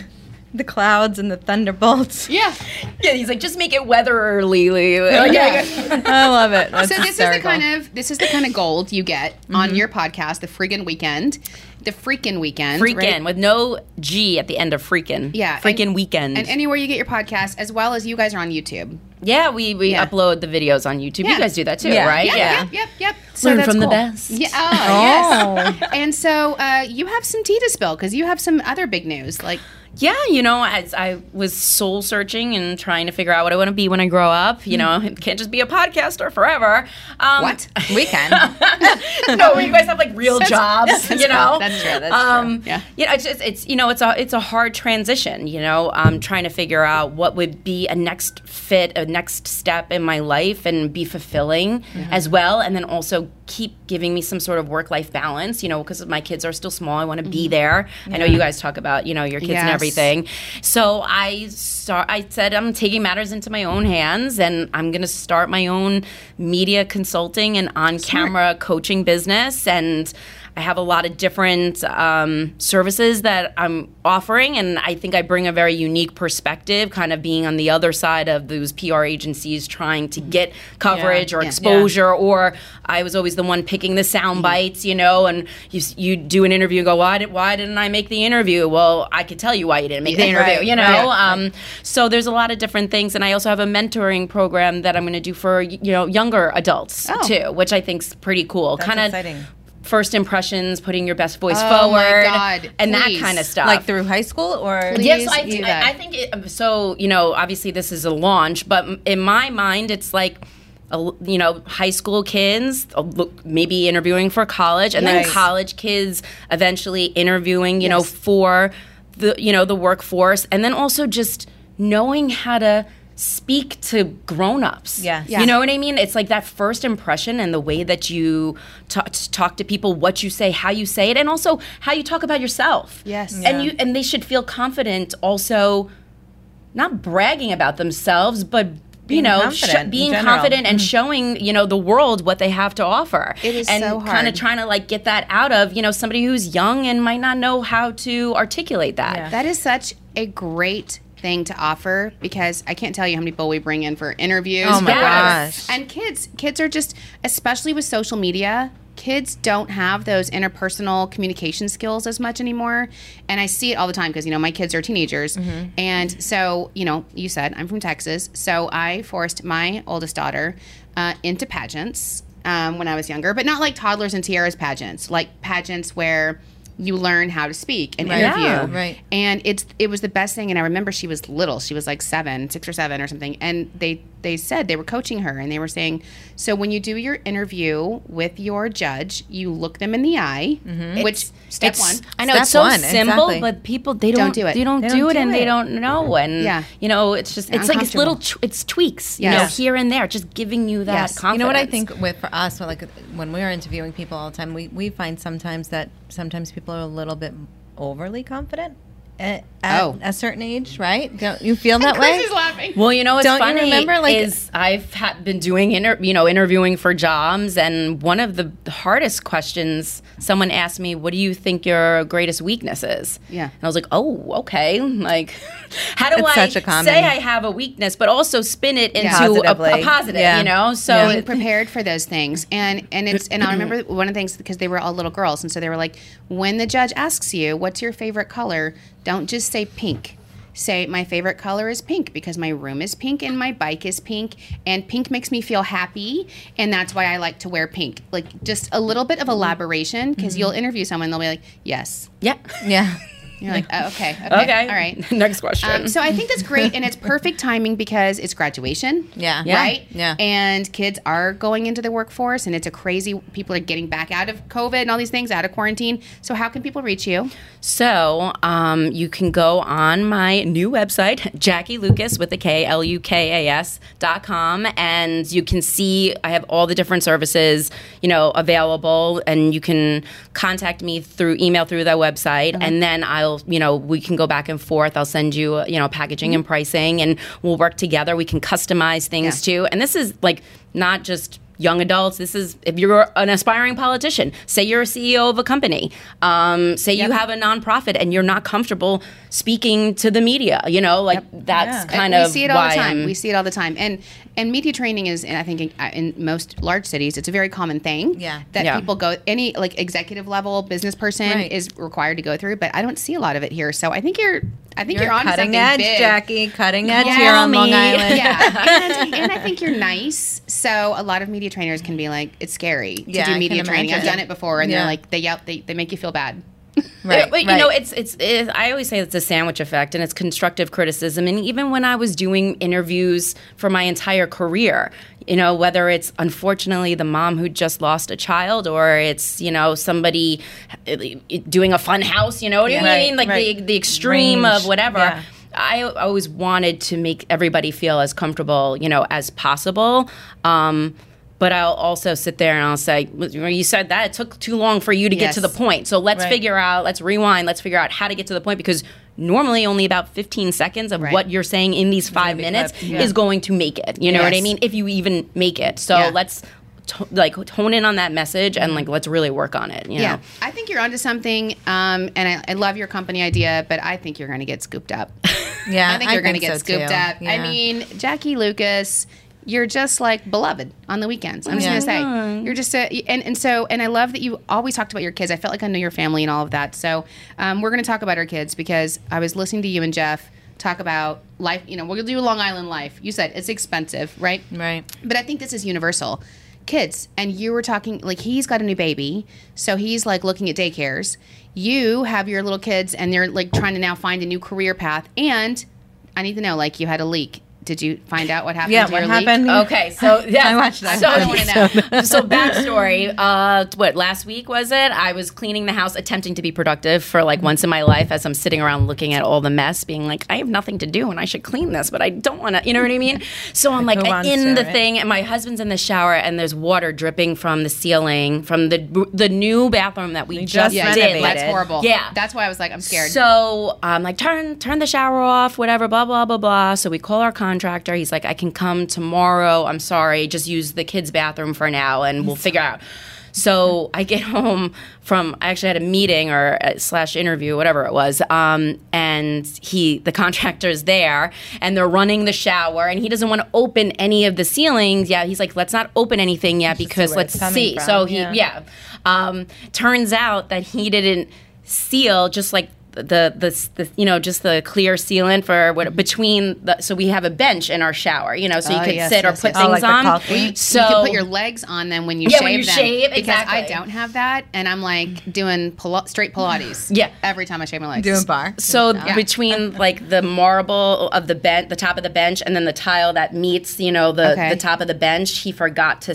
[SPEAKER 1] the clouds and the thunderbolts.
[SPEAKER 2] Yeah.
[SPEAKER 3] Yeah, he's like, just make it weatherly. Like,
[SPEAKER 2] Yeah.
[SPEAKER 1] I love it. That's
[SPEAKER 2] so this
[SPEAKER 1] hysterical. Mm-hmm.
[SPEAKER 2] is the kind of this is the kind of gold you get on your podcast, the friggin' weekend, the freaking weekend,
[SPEAKER 3] Freakin'
[SPEAKER 2] right?
[SPEAKER 3] with no G at the end of freakin'.
[SPEAKER 2] Yeah,
[SPEAKER 3] Freakin'
[SPEAKER 2] and-
[SPEAKER 3] weekend.
[SPEAKER 2] and anywhere you get your podcast, as well as you guys are on YouTube.
[SPEAKER 3] yeah, we, we
[SPEAKER 2] Yeah.
[SPEAKER 3] upload the videos on YouTube.
[SPEAKER 2] Yeah.
[SPEAKER 3] You guys do that too,
[SPEAKER 1] Uh, Yeah.
[SPEAKER 3] right?
[SPEAKER 2] Yep, Yep, yep, yep. So
[SPEAKER 3] Learn
[SPEAKER 2] that's
[SPEAKER 3] from the
[SPEAKER 2] cool.
[SPEAKER 3] best.
[SPEAKER 2] Yeah. Oh, yes. And so uh, you have some tea to spill because you have some other big news. Like,
[SPEAKER 3] Yeah, you know, as I was soul searching and trying to figure out what I want to be when I grow up, you know, it can't just be a podcaster forever. Um,
[SPEAKER 2] Hmm. what? We can.
[SPEAKER 3] no, you guys have like real jobs, you know.
[SPEAKER 2] That's true. That's
[SPEAKER 3] um,
[SPEAKER 2] true. Yeah.
[SPEAKER 3] You know, it's just it's you know it's a it's a hard transition. You know, um, trying to figure out what would be a next fit, a next step in my life, and be fulfilling as well, and then also keep giving me some sort of work life balance. You know, because my kids are still small, I want to be there. I know you guys talk about you know your kids and
[SPEAKER 2] Mm-hmm. Yes.
[SPEAKER 3] everything. So I start. I said I'm taking matters into my own hands, and I'm going to start my own media consulting and on camera coaching business and. I have a lot of different um, services that I'm offering, and I think I bring a very unique perspective, kind of being on the other side of those PR agencies trying to get coverage or
[SPEAKER 2] Mm-hmm. Yeah. Mm-hmm.
[SPEAKER 3] exposure. Or I was always the one picking the sound bites, you know, and you s- you do an interview and go, why did why didn't I make the interview? Well, I could tell you why you didn't make the
[SPEAKER 2] Yeah,
[SPEAKER 3] interview,
[SPEAKER 2] right,
[SPEAKER 3] you know.
[SPEAKER 2] right.
[SPEAKER 3] Um, so there's a lot of different things, and I also have a mentoring program that I'm going to do for y- you know younger adults
[SPEAKER 2] Oh.
[SPEAKER 3] too, which I think's pretty cool.
[SPEAKER 1] That's
[SPEAKER 3] Kind of
[SPEAKER 1] exciting.
[SPEAKER 3] first impressions, putting your best voice
[SPEAKER 2] Oh my
[SPEAKER 3] forward,
[SPEAKER 2] God,
[SPEAKER 3] and that
[SPEAKER 2] please.
[SPEAKER 3] kind of stuff.
[SPEAKER 1] like through high school or
[SPEAKER 2] Please.
[SPEAKER 3] Yes, I,
[SPEAKER 2] do
[SPEAKER 3] do
[SPEAKER 2] that.
[SPEAKER 3] I, I think it, so. You know, obviously this is a launch, but m- in my mind, it's like. a l- You know, high school kids uh, look, maybe interviewing for college, and
[SPEAKER 1] Yes.
[SPEAKER 3] then college kids eventually interviewing. You know,
[SPEAKER 2] Yes.
[SPEAKER 3] for the you know the workforce, and then also just knowing how to speak to grown-ups.
[SPEAKER 1] Yes.
[SPEAKER 2] Yeah.
[SPEAKER 3] You know what I mean? It's like that first impression and the way that you talk, talk to people, what you say, how you say it, and also how you talk about yourself.
[SPEAKER 2] Yes.
[SPEAKER 3] And you and they should feel confident also not bragging about themselves, but you
[SPEAKER 1] Being
[SPEAKER 3] know,
[SPEAKER 1] confident in
[SPEAKER 3] being
[SPEAKER 1] general.
[SPEAKER 3] confident and showing you know the world what they have to offer.
[SPEAKER 2] It is
[SPEAKER 3] and
[SPEAKER 2] so
[SPEAKER 3] kind
[SPEAKER 2] hard.
[SPEAKER 3] of trying to like get that out of you know somebody who's young and might not know how to articulate that.
[SPEAKER 1] Yeah.
[SPEAKER 2] That is such a great thing to offer because I can't tell you how many people we bring in for interviews.
[SPEAKER 1] Oh my
[SPEAKER 2] for whatever.
[SPEAKER 1] gosh.
[SPEAKER 2] And kids, kids are just, especially with social media, kids don't have those interpersonal communication skills as much anymore. And I see it all the time because, you know, my kids are teenagers.
[SPEAKER 1] Mm-hmm.
[SPEAKER 2] And so, you know, you said I'm from Texas. So I forced my oldest daughter uh, into pageants um, when I was younger, but not like toddlers and tiaras pageants, like pageants where you learn how to speak and interview
[SPEAKER 3] Yeah.
[SPEAKER 1] Right.
[SPEAKER 2] and it's it was the best thing and i remember she was little she was like seven six or seven or something and they they said they were coaching her and they were saying so when you do your interview with your judge you look them in the eye which step
[SPEAKER 3] It's-
[SPEAKER 2] one
[SPEAKER 3] I know
[SPEAKER 1] Step
[SPEAKER 3] it's so
[SPEAKER 1] one,
[SPEAKER 3] simple,
[SPEAKER 1] exactly.
[SPEAKER 3] but people they don't,
[SPEAKER 2] do it.
[SPEAKER 3] They don't,
[SPEAKER 1] They
[SPEAKER 3] do
[SPEAKER 1] don't
[SPEAKER 3] it,
[SPEAKER 1] do
[SPEAKER 3] and
[SPEAKER 1] it.
[SPEAKER 3] they don't know. And
[SPEAKER 2] Yeah.
[SPEAKER 3] you know, it's just it's like it's little tw- it's tweaks, you know,
[SPEAKER 2] Yes.
[SPEAKER 3] here and there, just giving you that
[SPEAKER 2] Yes. You know
[SPEAKER 3] confidence.
[SPEAKER 1] You know what I think with for us, well, like when we are interviewing people all the time, we, we find sometimes that sometimes people are a little bit overly confident at, at
[SPEAKER 2] Oh.
[SPEAKER 1] a certain age, right? Don't you feel that way?
[SPEAKER 2] Chris is laughing
[SPEAKER 3] Well, you know, what's
[SPEAKER 1] Don't you
[SPEAKER 3] funny
[SPEAKER 1] remember, like-
[SPEAKER 3] is I've ha- been doing inter- you know interviewing for jobs, and one of the hardest questions someone asked me, "What do you think your greatest weakness is?"
[SPEAKER 2] Yeah.
[SPEAKER 3] and I was like, "Oh, okay." Like, how do
[SPEAKER 1] It's
[SPEAKER 3] I
[SPEAKER 1] such a common-
[SPEAKER 3] say I have a weakness, but also spin it into a,
[SPEAKER 1] Positively.
[SPEAKER 3] a positive?
[SPEAKER 1] Yeah.
[SPEAKER 3] You know, so
[SPEAKER 1] Yeah.
[SPEAKER 2] being
[SPEAKER 3] Oh, it-
[SPEAKER 2] prepared for those things and and it's and i remember one of the things because they were all little girls and so they were like when the judge asks you what's your favorite color don't just say pink say my favorite color is pink because my room is pink and my bike is pink and pink makes me feel happy and that's why i like to wear pink like just a little bit of elaboration
[SPEAKER 3] Mm-hmm.
[SPEAKER 2] because you'll interview someone they'll be like yes
[SPEAKER 3] yeah,
[SPEAKER 1] yeah.
[SPEAKER 2] you're like oh, okay, okay
[SPEAKER 3] okay,
[SPEAKER 2] all right
[SPEAKER 3] Next question.
[SPEAKER 2] um, so I think that's great, and it's perfect timing because it's graduation.
[SPEAKER 1] Yeah. Yeah.
[SPEAKER 2] Right.
[SPEAKER 1] Yeah.
[SPEAKER 2] And kids are going into the workforce, and it's a crazy. People are getting back out of COVID and all these things, out of quarantine. So how can people reach you?
[SPEAKER 3] So um, you can go on my new website, Jackie Lucas with a K, L U K A S dot com, and you can see I have all the different services, you know, available, and you can contact me through email through that website, and then I'll, you know, we can go back and forth. I'll send you, you know, packaging and pricing, and we'll work together. We can customize things
[SPEAKER 2] Yeah.
[SPEAKER 3] too, and this is like not just young adults. This is if you're an aspiring politician, say you're a CEO of a company, um, say you have a nonprofit and you're not comfortable speaking to the media. You know, like that's
[SPEAKER 2] And
[SPEAKER 3] kind
[SPEAKER 2] we
[SPEAKER 3] of
[SPEAKER 2] see it all
[SPEAKER 3] why
[SPEAKER 2] the time.
[SPEAKER 3] I'm-
[SPEAKER 2] we see it all the time, and and media training is, and I think in, uh, in most large cities, it's a very common thing.
[SPEAKER 1] Yeah.
[SPEAKER 2] that
[SPEAKER 3] Yeah.
[SPEAKER 2] people go any like executive level business person
[SPEAKER 1] Right.
[SPEAKER 2] is required to go through, but I don't see a lot of it here. So I think you're, I think you're, on
[SPEAKER 1] cutting
[SPEAKER 2] something
[SPEAKER 1] edge,
[SPEAKER 2] big.
[SPEAKER 1] Jackie. Cutting edge
[SPEAKER 2] Yeah,
[SPEAKER 1] here on
[SPEAKER 3] me.
[SPEAKER 1] Long Island.
[SPEAKER 2] yeah, and, and I think you're nice. So a lot of media trainers can be like, it's scary to
[SPEAKER 1] Yeah, I
[SPEAKER 2] do
[SPEAKER 1] can
[SPEAKER 2] media training. I've
[SPEAKER 1] imagine.
[SPEAKER 2] done it before, and
[SPEAKER 1] Yeah.
[SPEAKER 2] they're like, they yelp, they, they make you feel bad.
[SPEAKER 1] Right,
[SPEAKER 3] It- but
[SPEAKER 1] right.
[SPEAKER 3] you know, it's it's. It, I always say it's a sandwich effect, and it's constructive criticism. And even when I was doing interviews for my entire career, you know, whether it's unfortunately the mom who just lost a child, or it's you know somebody uh, doing a fun house, you know what I
[SPEAKER 1] Right,
[SPEAKER 3] mean? Like the
[SPEAKER 1] right.
[SPEAKER 3] the extreme
[SPEAKER 1] Range,
[SPEAKER 3] of whatever.
[SPEAKER 1] yeah.
[SPEAKER 3] I always wanted to make everybody feel as comfortable, you know, as possible. Um, but I'll also sit there and I'll say, "Well, "You said that it took too long for you to get to the
[SPEAKER 2] Yes.
[SPEAKER 3] point. So let's
[SPEAKER 1] Right.
[SPEAKER 3] figure out, let's rewind, let's figure out how to get to the point because normally only about 15 seconds of
[SPEAKER 2] Right.
[SPEAKER 3] what you're saying in these five
[SPEAKER 1] be
[SPEAKER 3] minutes
[SPEAKER 1] clipped, yeah.
[SPEAKER 3] is going to make it. You know what I
[SPEAKER 2] Yes.
[SPEAKER 3] mean? If you even make it. So
[SPEAKER 2] Yeah.
[SPEAKER 3] let's to- like hone in on that message and like let's really work on it. You
[SPEAKER 2] Yeah,
[SPEAKER 3] know?
[SPEAKER 2] I think you're onto something, um, and I, I love your company idea, but I think you're going to get scooped up.
[SPEAKER 1] Yeah,
[SPEAKER 2] I think you're going to get
[SPEAKER 1] so,
[SPEAKER 2] scooped
[SPEAKER 1] too.
[SPEAKER 2] up. I
[SPEAKER 1] Yeah.
[SPEAKER 2] mean, Jackie Lucas, you're just like beloved on the weekends. I'm just
[SPEAKER 1] Yeah.
[SPEAKER 2] going to say you're just a, and and so and I love that you always talked about your kids. I felt like I knew your family and all of that. So um, we're going to talk about our kids because I was listening to you and Jeff talk about life. You know, we're going to do Long Island life. You said it's expensive, right?
[SPEAKER 1] right.
[SPEAKER 2] But I think this is universal. Kids, and you were talking like he's got a new baby, so he's like looking at daycares. You have your little kids, and they're like trying to now find a new career path. And I need to know, like, you had a leak. Did you find out what happened?
[SPEAKER 1] Yeah,
[SPEAKER 2] to
[SPEAKER 1] what
[SPEAKER 2] your
[SPEAKER 1] happened?
[SPEAKER 2] Leak?
[SPEAKER 3] Okay, so yeah,
[SPEAKER 1] I watched that.
[SPEAKER 3] So,
[SPEAKER 1] I
[SPEAKER 2] wanna
[SPEAKER 3] so backstory. Uh, what last week was it? I was cleaning the house, attempting to be productive for like once in my life. As I'm sitting around looking at all the mess, being like, I have nothing to do and I should clean this, but I don't want to. You know what I mean? So I'm like
[SPEAKER 1] Who wants
[SPEAKER 3] in
[SPEAKER 1] to,
[SPEAKER 3] the
[SPEAKER 1] right?
[SPEAKER 3] thing, and my husband's in the shower, and there's water dripping from the ceiling from the the new bathroom that we just,
[SPEAKER 1] just
[SPEAKER 2] Yeah,
[SPEAKER 3] did.
[SPEAKER 1] renovated.
[SPEAKER 2] that's
[SPEAKER 3] Like,
[SPEAKER 2] horrible.
[SPEAKER 3] Yeah.
[SPEAKER 2] that's why I was like, I'm scared.
[SPEAKER 3] so I'm like, turn turn the shower off, whatever, blah blah blah blah. So we call our contractor. He's like, I can come tomorrow. I'm sorry, just use the kids' bathroom for now, and we'll figure out. So I get home from I actually had a meeting or uh, slash interview, whatever it was, um, and he the contractor's there, and they're running the shower, and he doesn't want to open any of the ceilings. Yeah, he's like, let's not open anything yet because
[SPEAKER 1] where it's
[SPEAKER 3] let's
[SPEAKER 1] coming
[SPEAKER 3] see.
[SPEAKER 1] from.
[SPEAKER 3] So he
[SPEAKER 1] Yeah.
[SPEAKER 3] yeah yeah. Um, turns out that he didn't seal just like the, the the you know just the clear sealant for
[SPEAKER 2] Mm-hmm.
[SPEAKER 3] what between the so we have a bench in our shower you know so you
[SPEAKER 2] Oh,
[SPEAKER 3] could
[SPEAKER 2] yes,
[SPEAKER 3] sit or
[SPEAKER 2] yes,
[SPEAKER 3] put
[SPEAKER 2] yes.
[SPEAKER 1] Oh,
[SPEAKER 3] things
[SPEAKER 1] like the
[SPEAKER 3] on
[SPEAKER 1] caulking. You- you
[SPEAKER 3] so
[SPEAKER 2] you can put your legs on them when you
[SPEAKER 3] Yeah,
[SPEAKER 2] shave
[SPEAKER 3] when you
[SPEAKER 2] them.
[SPEAKER 3] shave,
[SPEAKER 2] because I
[SPEAKER 3] exactly.
[SPEAKER 2] don't have that, and I'm like doing pil- straight Pilates.
[SPEAKER 3] Yeah.
[SPEAKER 2] every time I shave my legs.
[SPEAKER 1] Doing bar.
[SPEAKER 3] so between like the marble of the bench the top of the bench and then the tile that meets you know the
[SPEAKER 2] Okay.
[SPEAKER 3] the top of the bench he forgot to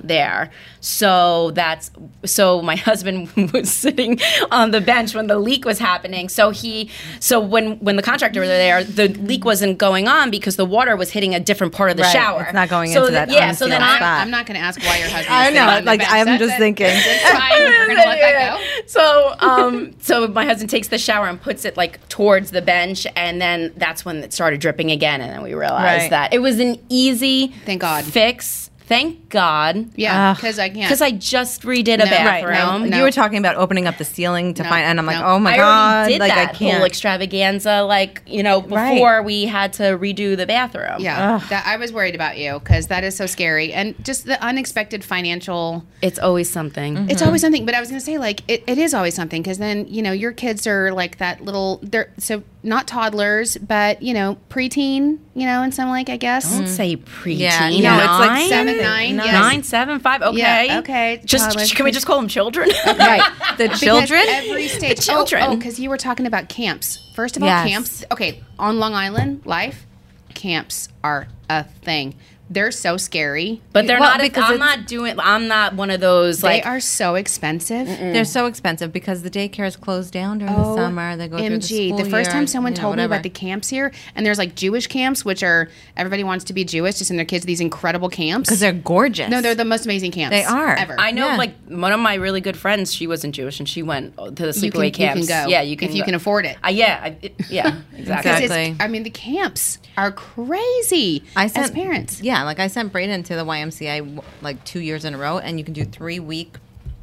[SPEAKER 1] Oh.
[SPEAKER 3] there so that's so my husband was sitting on the bench when the leak was happening so he so when when the contractor was there the leak wasn't going on because the water was hitting a different part of the
[SPEAKER 1] Right,
[SPEAKER 3] shower
[SPEAKER 1] it's not going
[SPEAKER 3] so
[SPEAKER 1] into that
[SPEAKER 3] yeah so then
[SPEAKER 1] unsealed
[SPEAKER 3] I,
[SPEAKER 1] spot.
[SPEAKER 2] I'm not going to ask why your husband.
[SPEAKER 1] I
[SPEAKER 2] is sitting
[SPEAKER 1] know,
[SPEAKER 2] on the
[SPEAKER 1] like,
[SPEAKER 2] bench.
[SPEAKER 1] I'm
[SPEAKER 2] That's
[SPEAKER 1] just
[SPEAKER 2] it.
[SPEAKER 1] thinking.
[SPEAKER 2] It's fine. We're going to let that go.
[SPEAKER 3] So, um, so my husband takes the shower and puts it like towards the bench, and then that's when it started dripping again, and then we realized
[SPEAKER 1] Right.
[SPEAKER 3] that it was an easy
[SPEAKER 2] Thank God.
[SPEAKER 3] fix. Thank God.
[SPEAKER 2] Yeah,
[SPEAKER 1] Ugh.
[SPEAKER 2] because I can't.
[SPEAKER 3] Because I just redid a
[SPEAKER 2] Right,
[SPEAKER 3] bathroom.
[SPEAKER 2] no,
[SPEAKER 1] Right.
[SPEAKER 2] no.
[SPEAKER 1] You were talking about opening up the ceiling to
[SPEAKER 2] No,
[SPEAKER 1] find, and I'm like,
[SPEAKER 2] no.
[SPEAKER 1] oh my
[SPEAKER 3] I
[SPEAKER 1] god,
[SPEAKER 3] already did
[SPEAKER 1] like
[SPEAKER 3] that
[SPEAKER 1] I can't.
[SPEAKER 3] whole extravaganza, like you know,
[SPEAKER 1] Right.
[SPEAKER 3] before we had to redo the bathroom.
[SPEAKER 2] yeah, that, I was worried about you because that is so scary, and just the unexpected financial.
[SPEAKER 3] it's always something.
[SPEAKER 1] Mm-hmm.
[SPEAKER 2] It's always something, but I was going to say like it, it is always something because then you know your kids are like that little. They're so not toddlers, but you know preteen. You know, in some like I guess.
[SPEAKER 1] Mm.
[SPEAKER 3] Don't say preteen.
[SPEAKER 1] Yeah, no, it's like
[SPEAKER 3] Nine?
[SPEAKER 2] seven, nine, yes.
[SPEAKER 3] nine, seven, five. Okay,
[SPEAKER 2] Yeah, okay,
[SPEAKER 3] Just
[SPEAKER 2] toddlers.
[SPEAKER 3] can we just call them children?
[SPEAKER 1] right, the children.
[SPEAKER 2] Because every stage.
[SPEAKER 3] The children.
[SPEAKER 2] Oh, because you were talking about camps. First of all,
[SPEAKER 1] Yes.
[SPEAKER 2] camps. Okay, on Long Island, life camps are a thing. They're so scary.
[SPEAKER 3] But they're
[SPEAKER 1] Well,
[SPEAKER 3] not.
[SPEAKER 1] because
[SPEAKER 3] I'm
[SPEAKER 1] it's-
[SPEAKER 3] not doing. I'm not one of those like.
[SPEAKER 2] they are so expensive.
[SPEAKER 1] They're so expensive because the daycares close down during the summer. They go through the
[SPEAKER 2] OMG.
[SPEAKER 1] school
[SPEAKER 2] Oh, The, first
[SPEAKER 1] year,
[SPEAKER 2] time someone
[SPEAKER 1] you know,
[SPEAKER 2] told me
[SPEAKER 1] whatever.
[SPEAKER 2] about the camps here, and there's like Jewish camps, which are everybody wants to be Jewish to send their kids to these incredible camps.
[SPEAKER 1] because they're gorgeous.
[SPEAKER 2] no, they're the most amazing camps.
[SPEAKER 1] They are.
[SPEAKER 2] Ever.
[SPEAKER 3] I know,
[SPEAKER 1] Yeah.
[SPEAKER 3] like one of my really good friends. She wasn't Jewish, and she went to the
[SPEAKER 2] you can,
[SPEAKER 3] sleepaway
[SPEAKER 2] you can
[SPEAKER 3] camps.
[SPEAKER 2] go.
[SPEAKER 3] Yeah, you can.
[SPEAKER 2] If you
[SPEAKER 3] go.
[SPEAKER 2] can afford it.
[SPEAKER 3] Uh, yeah, I, it- yeah, exactly.
[SPEAKER 2] Because it's-
[SPEAKER 1] Exactly.
[SPEAKER 2] I mean, the camps are crazy. crazy
[SPEAKER 1] I sent
[SPEAKER 2] as parents.
[SPEAKER 1] Yeah, like I sent Braden to the YMCA w- like two years in a row, and you can do three week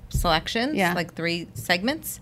[SPEAKER 1] selections,
[SPEAKER 2] Yeah.
[SPEAKER 1] like three segments,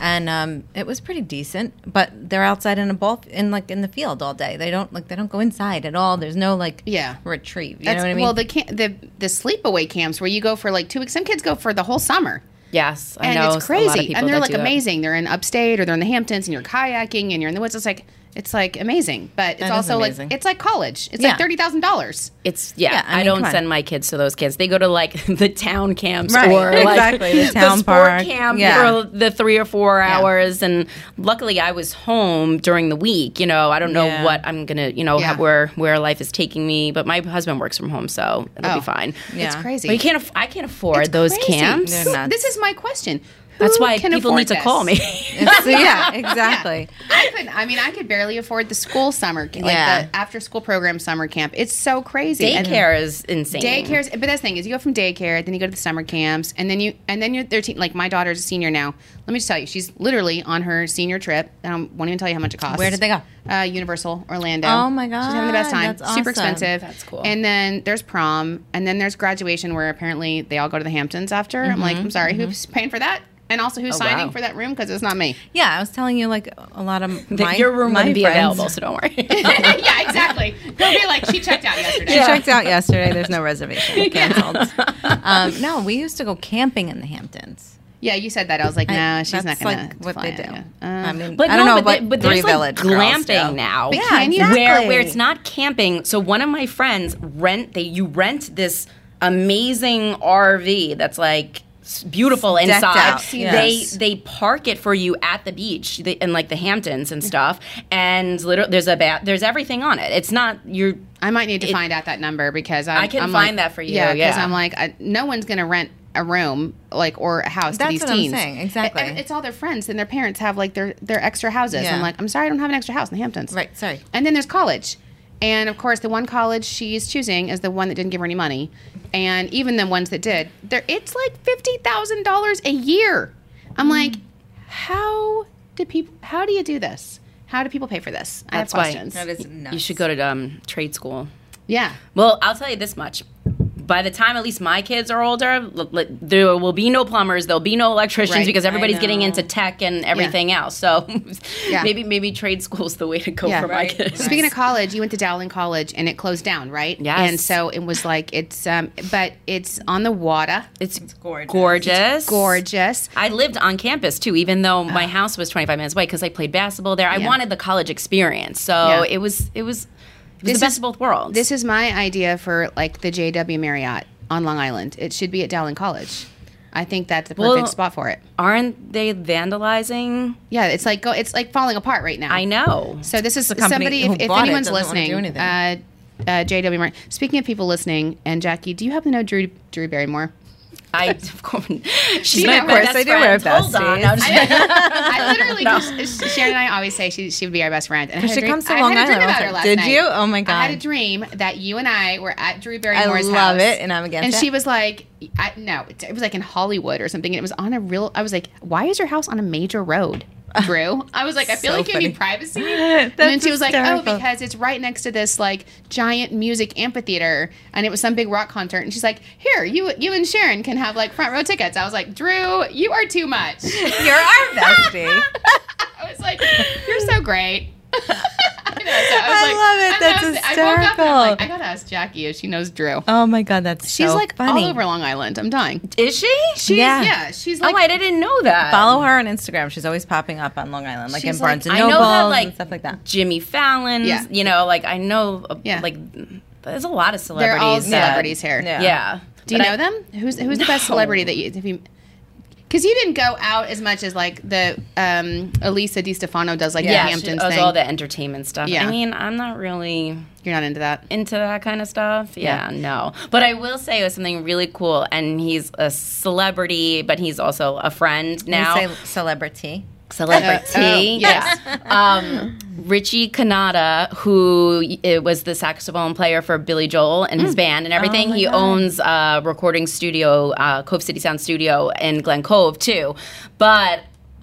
[SPEAKER 1] and um, it was pretty decent. But they're outside in a ball f- in like in the field all day. They don't like they don't go inside at all. There's no like
[SPEAKER 2] Yeah.
[SPEAKER 1] retrieve. You
[SPEAKER 2] That's,
[SPEAKER 1] know what I mean?
[SPEAKER 2] Well, the, camp, the the sleepaway camps where you go for like two weeks. Some kids go for the whole summer.
[SPEAKER 3] Yes, I
[SPEAKER 2] and
[SPEAKER 3] know
[SPEAKER 2] it's
[SPEAKER 3] a lot of
[SPEAKER 2] crazy
[SPEAKER 3] people
[SPEAKER 2] and they're
[SPEAKER 3] that
[SPEAKER 2] like
[SPEAKER 3] do that.
[SPEAKER 2] amazing they're in upstate or they're in the hamptons and you're kayaking and you're in the woods it's like it's like amazing but it's
[SPEAKER 1] That is
[SPEAKER 2] also like
[SPEAKER 1] amazing.
[SPEAKER 2] it's like college it's
[SPEAKER 1] Yeah.
[SPEAKER 2] like $30000
[SPEAKER 3] It's yeah.
[SPEAKER 1] Yeah, I mean,
[SPEAKER 3] I,
[SPEAKER 1] come
[SPEAKER 3] don't
[SPEAKER 1] on.
[SPEAKER 3] send my kids to those camps. They go to like the town camps
[SPEAKER 1] Right,
[SPEAKER 3] or like
[SPEAKER 1] exactly, the town
[SPEAKER 3] sport
[SPEAKER 1] park.
[SPEAKER 3] camp
[SPEAKER 1] Yeah.
[SPEAKER 3] for the three or four hours. And luckily, I was home during the week. You know, I don't know
[SPEAKER 1] Yeah.
[SPEAKER 3] what I'm gonna you know
[SPEAKER 2] Yeah.
[SPEAKER 3] how, where where life is taking me. But my husband works from home, so it'll
[SPEAKER 2] Oh.
[SPEAKER 3] be fine.
[SPEAKER 1] Yeah.
[SPEAKER 2] it's crazy
[SPEAKER 3] But you can't. Aff- I can't afford
[SPEAKER 2] It's
[SPEAKER 3] those
[SPEAKER 2] crazy.
[SPEAKER 3] camps.
[SPEAKER 1] They're
[SPEAKER 2] Who-
[SPEAKER 1] nuts.
[SPEAKER 2] this is my question Who
[SPEAKER 3] That's why
[SPEAKER 2] can
[SPEAKER 3] people
[SPEAKER 2] afford
[SPEAKER 3] need to
[SPEAKER 2] this?
[SPEAKER 3] call me.
[SPEAKER 1] It's- yeah, exactly.
[SPEAKER 2] I could I mean I could barely afford the school summer like
[SPEAKER 1] Yeah.
[SPEAKER 2] the after school program summer camp. It's so crazy. And-
[SPEAKER 3] Daycare is insane.
[SPEAKER 2] Daycare's, but that's the thing is, you go from daycare, then you go to the summer camps, and then you, and then you're they're te- Like my daughter's a senior now. Let me just tell you, she's literally on her senior trip. I don't, won't even tell you how much it costs.
[SPEAKER 1] Where did they go?
[SPEAKER 2] Uh, Universal Orlando.
[SPEAKER 1] Oh my
[SPEAKER 2] she's having the best
[SPEAKER 1] God,
[SPEAKER 2] time.
[SPEAKER 1] that's
[SPEAKER 2] Super
[SPEAKER 1] awesome.
[SPEAKER 2] expensive.
[SPEAKER 3] That's cool.
[SPEAKER 2] And then there's prom, and then there's graduation, where apparently they all go to the Hamptons after. I'm like,
[SPEAKER 1] Mm-hmm,
[SPEAKER 2] I'm sorry, who's paying for that? And also,
[SPEAKER 1] Oh,
[SPEAKER 2] who's signing
[SPEAKER 3] wow.
[SPEAKER 2] for that room? Because it's not me.
[SPEAKER 1] Yeah, I was telling you like a lot of
[SPEAKER 3] That
[SPEAKER 1] my
[SPEAKER 3] Your room
[SPEAKER 1] my
[SPEAKER 3] wouldn't be
[SPEAKER 1] friends-
[SPEAKER 3] available, so don't worry.
[SPEAKER 2] yeah, exactly. They'll be like, she checked out yesterday.
[SPEAKER 1] She checked out yesterday. There's no reservation. Canceled. um, no, we used to go camping in the Hamptons.
[SPEAKER 2] Yeah, you said that. I was like, no,
[SPEAKER 1] I-
[SPEAKER 2] she's not
[SPEAKER 1] that's,
[SPEAKER 2] gonna.
[SPEAKER 1] like what
[SPEAKER 2] fly
[SPEAKER 1] they do.
[SPEAKER 2] out, yeah. Uh,
[SPEAKER 1] I mean,
[SPEAKER 3] But
[SPEAKER 1] I don't
[SPEAKER 3] no,
[SPEAKER 1] know, but,
[SPEAKER 3] but, the- but
[SPEAKER 1] three
[SPEAKER 3] there's
[SPEAKER 1] village
[SPEAKER 3] like
[SPEAKER 1] girls
[SPEAKER 3] glamping
[SPEAKER 1] do.
[SPEAKER 3] now.
[SPEAKER 1] Yeah,
[SPEAKER 2] can you-
[SPEAKER 1] exactly.
[SPEAKER 3] Where where it's not camping. So one of my friends rent they you rent this amazing RV that's like s- beautiful
[SPEAKER 1] Decked
[SPEAKER 3] inside.
[SPEAKER 1] out,
[SPEAKER 2] yes.
[SPEAKER 3] They they park it for you at the beach they, in like the Hamptons and stuff. And literally there's a ba- there's everything on it. It's not you're
[SPEAKER 2] I might need to find out that number because I'm,
[SPEAKER 3] I can
[SPEAKER 2] I'm
[SPEAKER 3] find
[SPEAKER 2] like-
[SPEAKER 3] that for you,
[SPEAKER 2] Yeah, because
[SPEAKER 3] yeah.
[SPEAKER 2] I'm like, I, no one's gonna rent a room like or a house
[SPEAKER 1] That's
[SPEAKER 2] to these
[SPEAKER 1] what I'm
[SPEAKER 2] teens.
[SPEAKER 1] saying, exactly.
[SPEAKER 2] And it's all their friends and their parents have like their their extra houses.
[SPEAKER 1] Yeah.
[SPEAKER 2] I'm like, I'm sorry, I don't have an extra house in the Hamptons.
[SPEAKER 1] Right, sorry.
[SPEAKER 2] And then there's college. And of course, the one college she's choosing is the one that didn't give her any money. And even the ones that did, there it's like fifty thousand dollars a year. I'm like, how do people? How do you do this? How do people pay for this? I have
[SPEAKER 3] That's why-
[SPEAKER 2] questions.
[SPEAKER 1] That is
[SPEAKER 3] you should go to um, trade school.
[SPEAKER 2] yeah.
[SPEAKER 3] Well, I'll tell you this much. By the time at least my kids are older, l- l- there will be no plumbers, there'll be no electricians
[SPEAKER 2] Right.
[SPEAKER 3] because everybody's
[SPEAKER 1] know.
[SPEAKER 3] getting into tech and everything else. So
[SPEAKER 2] Yeah.
[SPEAKER 3] maybe maybe trade school's the way to go
[SPEAKER 2] Yeah.
[SPEAKER 3] for
[SPEAKER 2] Right.
[SPEAKER 3] my kids.
[SPEAKER 2] Speaking of college, you went to Dowling College and it closed down, right?
[SPEAKER 3] Yes.
[SPEAKER 2] And so it was like it's um but it's on the water.
[SPEAKER 3] It's,
[SPEAKER 1] gorgeous.
[SPEAKER 3] gorgeous.
[SPEAKER 2] Gorgeous. Ah.
[SPEAKER 3] I lived on campus too, even though my house was 25 minutes away because I played basketball there. I
[SPEAKER 2] Yeah.
[SPEAKER 3] wanted the college experience, so
[SPEAKER 2] Yeah.
[SPEAKER 3] it was it was it was
[SPEAKER 2] This
[SPEAKER 3] the best
[SPEAKER 2] is-
[SPEAKER 3] of both worlds.
[SPEAKER 2] This is my idea for like the JW Marriott on Long Island. It should be at Dowling College. I think that's the perfect
[SPEAKER 3] Well-
[SPEAKER 2] spot for it.
[SPEAKER 3] Aren't they vandalizing?
[SPEAKER 2] Yeah, it's like go it's like falling apart right now.
[SPEAKER 3] I know.
[SPEAKER 2] So this is
[SPEAKER 1] the company
[SPEAKER 2] somebody.
[SPEAKER 1] who
[SPEAKER 2] If, if
[SPEAKER 1] bought it
[SPEAKER 2] anyone's
[SPEAKER 1] doesn't wanna do
[SPEAKER 2] listening,
[SPEAKER 1] anything.
[SPEAKER 2] uh, uh, JW Marriott. Speaking of people listening, and Jackie, do you happen to know Drew Drew Barrymore?
[SPEAKER 3] I of course she's
[SPEAKER 2] You
[SPEAKER 3] my
[SPEAKER 2] know, of
[SPEAKER 3] best
[SPEAKER 1] course I do wear
[SPEAKER 3] friend. Hold on,
[SPEAKER 1] besties.
[SPEAKER 3] I'm just-
[SPEAKER 2] I literally, just- Sharon and I always say she, she would be our best friend. And I had
[SPEAKER 1] She
[SPEAKER 2] a dream-
[SPEAKER 1] comes to
[SPEAKER 2] I had
[SPEAKER 1] Long
[SPEAKER 2] a dream
[SPEAKER 1] Island all
[SPEAKER 2] about
[SPEAKER 1] the
[SPEAKER 2] her
[SPEAKER 1] time.
[SPEAKER 2] last
[SPEAKER 1] Did
[SPEAKER 2] night.
[SPEAKER 1] you? Oh my God.
[SPEAKER 2] I had a dream that you and I were at Drew Barrymore's house.
[SPEAKER 1] love it, and I'm against
[SPEAKER 2] And
[SPEAKER 1] it.
[SPEAKER 2] she was like, I, no, it, it was like in Hollywood or something. And it was on a real, I was like, why is your house on a major road? Drew, I was like, I feel
[SPEAKER 1] So
[SPEAKER 2] like you need
[SPEAKER 1] funny.
[SPEAKER 2] privacy. and then
[SPEAKER 1] That's
[SPEAKER 2] she was like, oh,
[SPEAKER 1] hysterical.
[SPEAKER 2] because it's right next to this like giant music amphitheater, and it was some big rock concert. And she's like, here, you you and Sharon can have like front row tickets. I was like, Drew, you are too much.
[SPEAKER 1] You're our bestie.
[SPEAKER 2] I was like, "You're so great." I, know, so
[SPEAKER 1] I love it.
[SPEAKER 2] and
[SPEAKER 1] That's
[SPEAKER 2] I was- I woke up and I'm like,
[SPEAKER 1] hysterical.
[SPEAKER 2] I gotta ask Jackie if she knows Drew.
[SPEAKER 1] oh my God, that's
[SPEAKER 2] She's
[SPEAKER 1] so
[SPEAKER 2] like
[SPEAKER 1] funny.
[SPEAKER 2] all over Long Island. I'm dying.
[SPEAKER 3] Is she? She
[SPEAKER 2] She's, yeah.
[SPEAKER 1] Yeah.
[SPEAKER 2] she's
[SPEAKER 3] oh,
[SPEAKER 2] like.
[SPEAKER 3] I didn't know that.
[SPEAKER 1] Follow her on Instagram. She's always popping up on Long Island, like
[SPEAKER 2] She's
[SPEAKER 1] in Barnes
[SPEAKER 2] like-
[SPEAKER 1] and
[SPEAKER 3] I know
[SPEAKER 1] Noble
[SPEAKER 3] that like
[SPEAKER 1] and stuff like that.
[SPEAKER 3] Jimmy Fallon.
[SPEAKER 2] Yeah.
[SPEAKER 3] You know, like I know uh,
[SPEAKER 2] Yeah.
[SPEAKER 3] like there's a lot of
[SPEAKER 2] they're
[SPEAKER 3] celebrities.
[SPEAKER 2] all
[SPEAKER 3] that-
[SPEAKER 2] celebrities here.
[SPEAKER 1] Yeah.
[SPEAKER 3] Yeah.
[SPEAKER 2] Do you
[SPEAKER 3] But
[SPEAKER 2] know
[SPEAKER 3] I-
[SPEAKER 2] them? Who's who's the best
[SPEAKER 3] No.
[SPEAKER 2] celebrity that you? Have you because you didn't go out as much as like the um, Elisa Di Stefano does, like
[SPEAKER 3] Yeah,
[SPEAKER 2] the
[SPEAKER 3] she
[SPEAKER 2] Hamptons
[SPEAKER 3] does
[SPEAKER 2] thing.
[SPEAKER 3] all the entertainment stuff.
[SPEAKER 2] Yeah.
[SPEAKER 3] I mean, I'm not really
[SPEAKER 2] You're not into that.
[SPEAKER 3] into that kind of stuff. Yeah, no. But I will say it was something really cool, and he's a celebrity, but he's also a friend now.
[SPEAKER 1] You say celebrity.
[SPEAKER 3] celebrity.
[SPEAKER 2] Uh, oh, yes.
[SPEAKER 3] um, Richie Kanata, who y- it was the saxophone player for Billy Joel and his band and everything.
[SPEAKER 1] Hmm. Oh my
[SPEAKER 3] he
[SPEAKER 1] God.
[SPEAKER 3] owns a recording studio, uh, Cove City Sound Studio in Glen Cove, too. But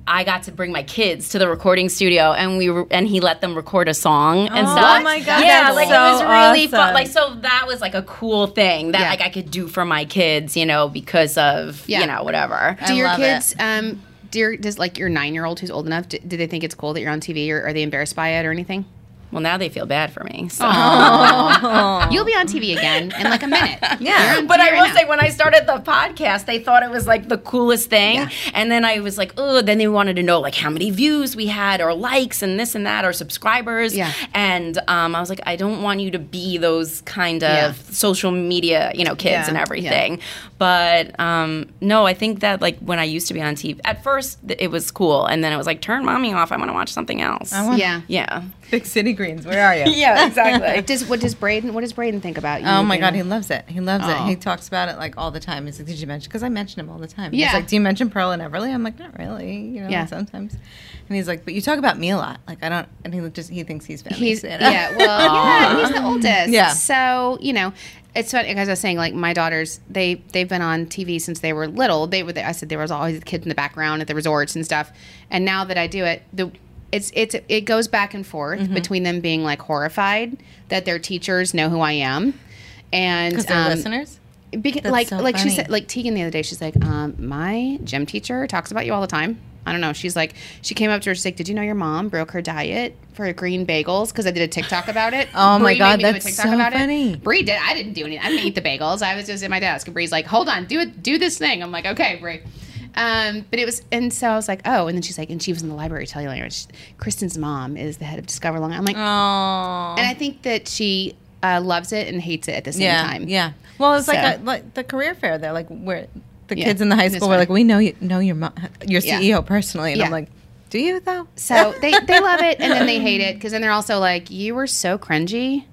[SPEAKER 3] I got to bring my kids to the recording studio, and we were, and he let them record a song and
[SPEAKER 1] Oh,
[SPEAKER 3] stuff.
[SPEAKER 1] Oh my God,
[SPEAKER 3] Yeah,
[SPEAKER 1] that's
[SPEAKER 3] like
[SPEAKER 1] so
[SPEAKER 3] it was really
[SPEAKER 1] awesome.
[SPEAKER 3] fun. Like so, that was like a cool thing that
[SPEAKER 2] Yeah.
[SPEAKER 3] like I could do for my kids, you know, because of
[SPEAKER 2] Yeah.
[SPEAKER 3] you know whatever.
[SPEAKER 2] Do
[SPEAKER 1] I
[SPEAKER 2] your
[SPEAKER 1] love
[SPEAKER 2] kids, um, do your, does like your nine year old who's old enough, do, do they think it's cool that you're on TV or are they embarrassed by it or anything?
[SPEAKER 3] Well, now they feel bad for me. So.
[SPEAKER 2] You'll be on TV again in like a minute.
[SPEAKER 1] Yeah.
[SPEAKER 3] But I
[SPEAKER 2] Fair
[SPEAKER 3] will
[SPEAKER 2] enough.
[SPEAKER 3] say, when I started the podcast, they thought it was like the coolest thing. And then I was like, oh, then they wanted to know like how many views we had or likes and this and that or subscribers.
[SPEAKER 2] Yeah.
[SPEAKER 3] And um, I was like, I don't want you to be those kind of
[SPEAKER 2] Yeah.
[SPEAKER 3] social media, you know, kids
[SPEAKER 1] Yeah.
[SPEAKER 3] and everything. But um, no, I think that like when I used to be on TV, at first th- it was cool. And then it was like, turn mommy off. I want to watch something else.
[SPEAKER 1] I want
[SPEAKER 2] Yeah.
[SPEAKER 3] yeah.
[SPEAKER 1] Big City Greens. Where are you?
[SPEAKER 3] Yeah, exactly.
[SPEAKER 2] Does what does Braden what does Braden think about you?
[SPEAKER 1] Oh my
[SPEAKER 2] you
[SPEAKER 1] God,
[SPEAKER 2] know?
[SPEAKER 1] he loves it. He loves it.
[SPEAKER 2] Oh.
[SPEAKER 1] He talks about it like all the time. He's like, "Did you mention?" Because I mention him all the time. He's
[SPEAKER 2] Yeah.
[SPEAKER 1] like, "Do you mention Pearl and Everly?" I'm like, "Not really." You know,
[SPEAKER 2] Yeah.
[SPEAKER 1] sometimes. And he's like, "But you talk about me a lot." Like I don't. And he just he thinks he's famous.
[SPEAKER 2] He's
[SPEAKER 1] you know?
[SPEAKER 2] yeah, well, yeah, he's the oldest.
[SPEAKER 1] Yeah.
[SPEAKER 2] So you know, it's funny because I was saying like my daughters, they they've been on TV since they were little. They were the, I said there was always the kid in the background at the resorts and stuff. And now that I do it, the it's it's it goes back and forth
[SPEAKER 1] Mm-hmm.
[SPEAKER 2] between them being like horrified that their teachers know who I am. And
[SPEAKER 1] 'Cause they're
[SPEAKER 2] um,
[SPEAKER 1] listeners.
[SPEAKER 2] Because,
[SPEAKER 1] That's
[SPEAKER 2] like
[SPEAKER 1] so
[SPEAKER 2] like she
[SPEAKER 1] funny.
[SPEAKER 2] said like Tegan the other day she's like um, my gym teacher talks about you all the time I don't know she's like she came up to her she's like did you know your mom broke her diet for green bagels because I did a TikTok about it
[SPEAKER 1] Oh my
[SPEAKER 2] Bree made
[SPEAKER 1] God,
[SPEAKER 2] me do a
[SPEAKER 1] that's
[SPEAKER 2] TikTok
[SPEAKER 1] so
[SPEAKER 2] about
[SPEAKER 1] funny.
[SPEAKER 2] it Bree did I didn't do anything I didn't eat the bagels I was just at my desk and Bree's like hold on do it do this thing I'm like okay Bree um, but it was, and so I was like, oh, and then she's like, and she was in the library telling her, she- Kristen's mom is the head of Discover Long. Island." I'm like,
[SPEAKER 1] Oh.
[SPEAKER 2] and I think that she uh, loves it and hates it at the same
[SPEAKER 1] yeah.
[SPEAKER 2] time.
[SPEAKER 1] Yeah. Well, it's like
[SPEAKER 2] So.
[SPEAKER 1] a, like the career fair. They're like where the
[SPEAKER 2] Yeah.
[SPEAKER 1] kids in the high
[SPEAKER 2] That's
[SPEAKER 1] school were
[SPEAKER 2] funny.
[SPEAKER 1] like, "We know you know your mo- your
[SPEAKER 2] Yeah.
[SPEAKER 1] CEO personally," and
[SPEAKER 2] Yeah.
[SPEAKER 1] I'm like, "Do you though?"
[SPEAKER 2] So they, they love it and then they hate it because then they're also like, you were so cringy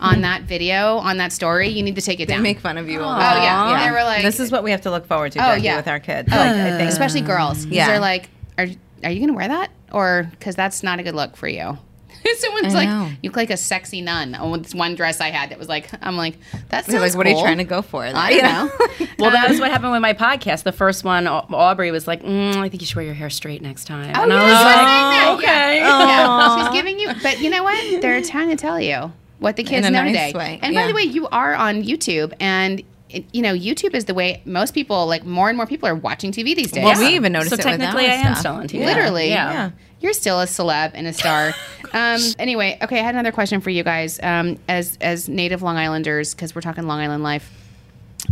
[SPEAKER 2] on that video, on that story. You need to take it
[SPEAKER 1] They
[SPEAKER 2] down.
[SPEAKER 1] make fun of you. All the
[SPEAKER 2] Oh,
[SPEAKER 1] time.
[SPEAKER 2] yeah. They were like-
[SPEAKER 1] "This is what we have to look forward to,
[SPEAKER 2] Oh,
[SPEAKER 1] Jackie,
[SPEAKER 2] yeah.
[SPEAKER 1] with our kids." Like, I think
[SPEAKER 2] Especially girls. 'cause
[SPEAKER 1] Yeah.
[SPEAKER 2] They're like, are, are you going to wear that? Or because that's not a good look for you. Someone's
[SPEAKER 1] I
[SPEAKER 2] like,
[SPEAKER 1] know.
[SPEAKER 2] you look like a sexy nun. Oh, it's one dress I had that was like, I'm like, that's
[SPEAKER 1] They're like, what are you trying to go for?
[SPEAKER 2] I don't know.
[SPEAKER 3] Well, that was what happened with my podcast. The first one, Au- Aubrey was like, mm, I think you should wear your hair straight next time.
[SPEAKER 2] Oh,
[SPEAKER 3] and
[SPEAKER 2] yeah,
[SPEAKER 3] I was
[SPEAKER 2] she's
[SPEAKER 3] like,
[SPEAKER 2] saying that,
[SPEAKER 3] okay.
[SPEAKER 2] Yeah. Yeah. She's giving you, but you know what? They're trying to tell you what the kids
[SPEAKER 1] a
[SPEAKER 2] know
[SPEAKER 1] nice
[SPEAKER 2] today.
[SPEAKER 1] way,
[SPEAKER 2] And by
[SPEAKER 1] yeah.
[SPEAKER 2] the way, you are on YouTube, and it, you know YouTube is the way most people, like more and more people, are watching TV these days.
[SPEAKER 1] Well, we even noticed
[SPEAKER 3] so
[SPEAKER 1] it with
[SPEAKER 3] technically,
[SPEAKER 1] our
[SPEAKER 3] I am
[SPEAKER 1] stuff.
[SPEAKER 3] still on TV.
[SPEAKER 2] Literally,
[SPEAKER 3] Yeah.
[SPEAKER 1] Yeah.
[SPEAKER 2] You're still a celeb and a star. um, anyway, okay, I had another question for you guys. Um, as as native Long Islanders, because we're talking Long Island life,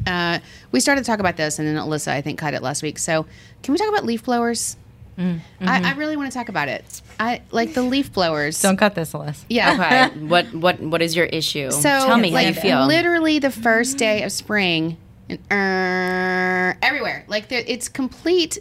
[SPEAKER 2] uh, we started to talk about this, and then Alyssa, I think, cut it last week. So, can we talk about leaf blowers?
[SPEAKER 1] Mm,
[SPEAKER 2] I, I really want to talk about it. I like the leaf blowers.
[SPEAKER 1] mm-hmm. Don't cut this, Alyssa.
[SPEAKER 2] yeah.
[SPEAKER 3] Okay. what what what is your issue?
[SPEAKER 2] So
[SPEAKER 3] Tell me how you
[SPEAKER 2] like,
[SPEAKER 3] feel.
[SPEAKER 2] Literally the first day of spring, and uh, everywhere. Like there, it's complete.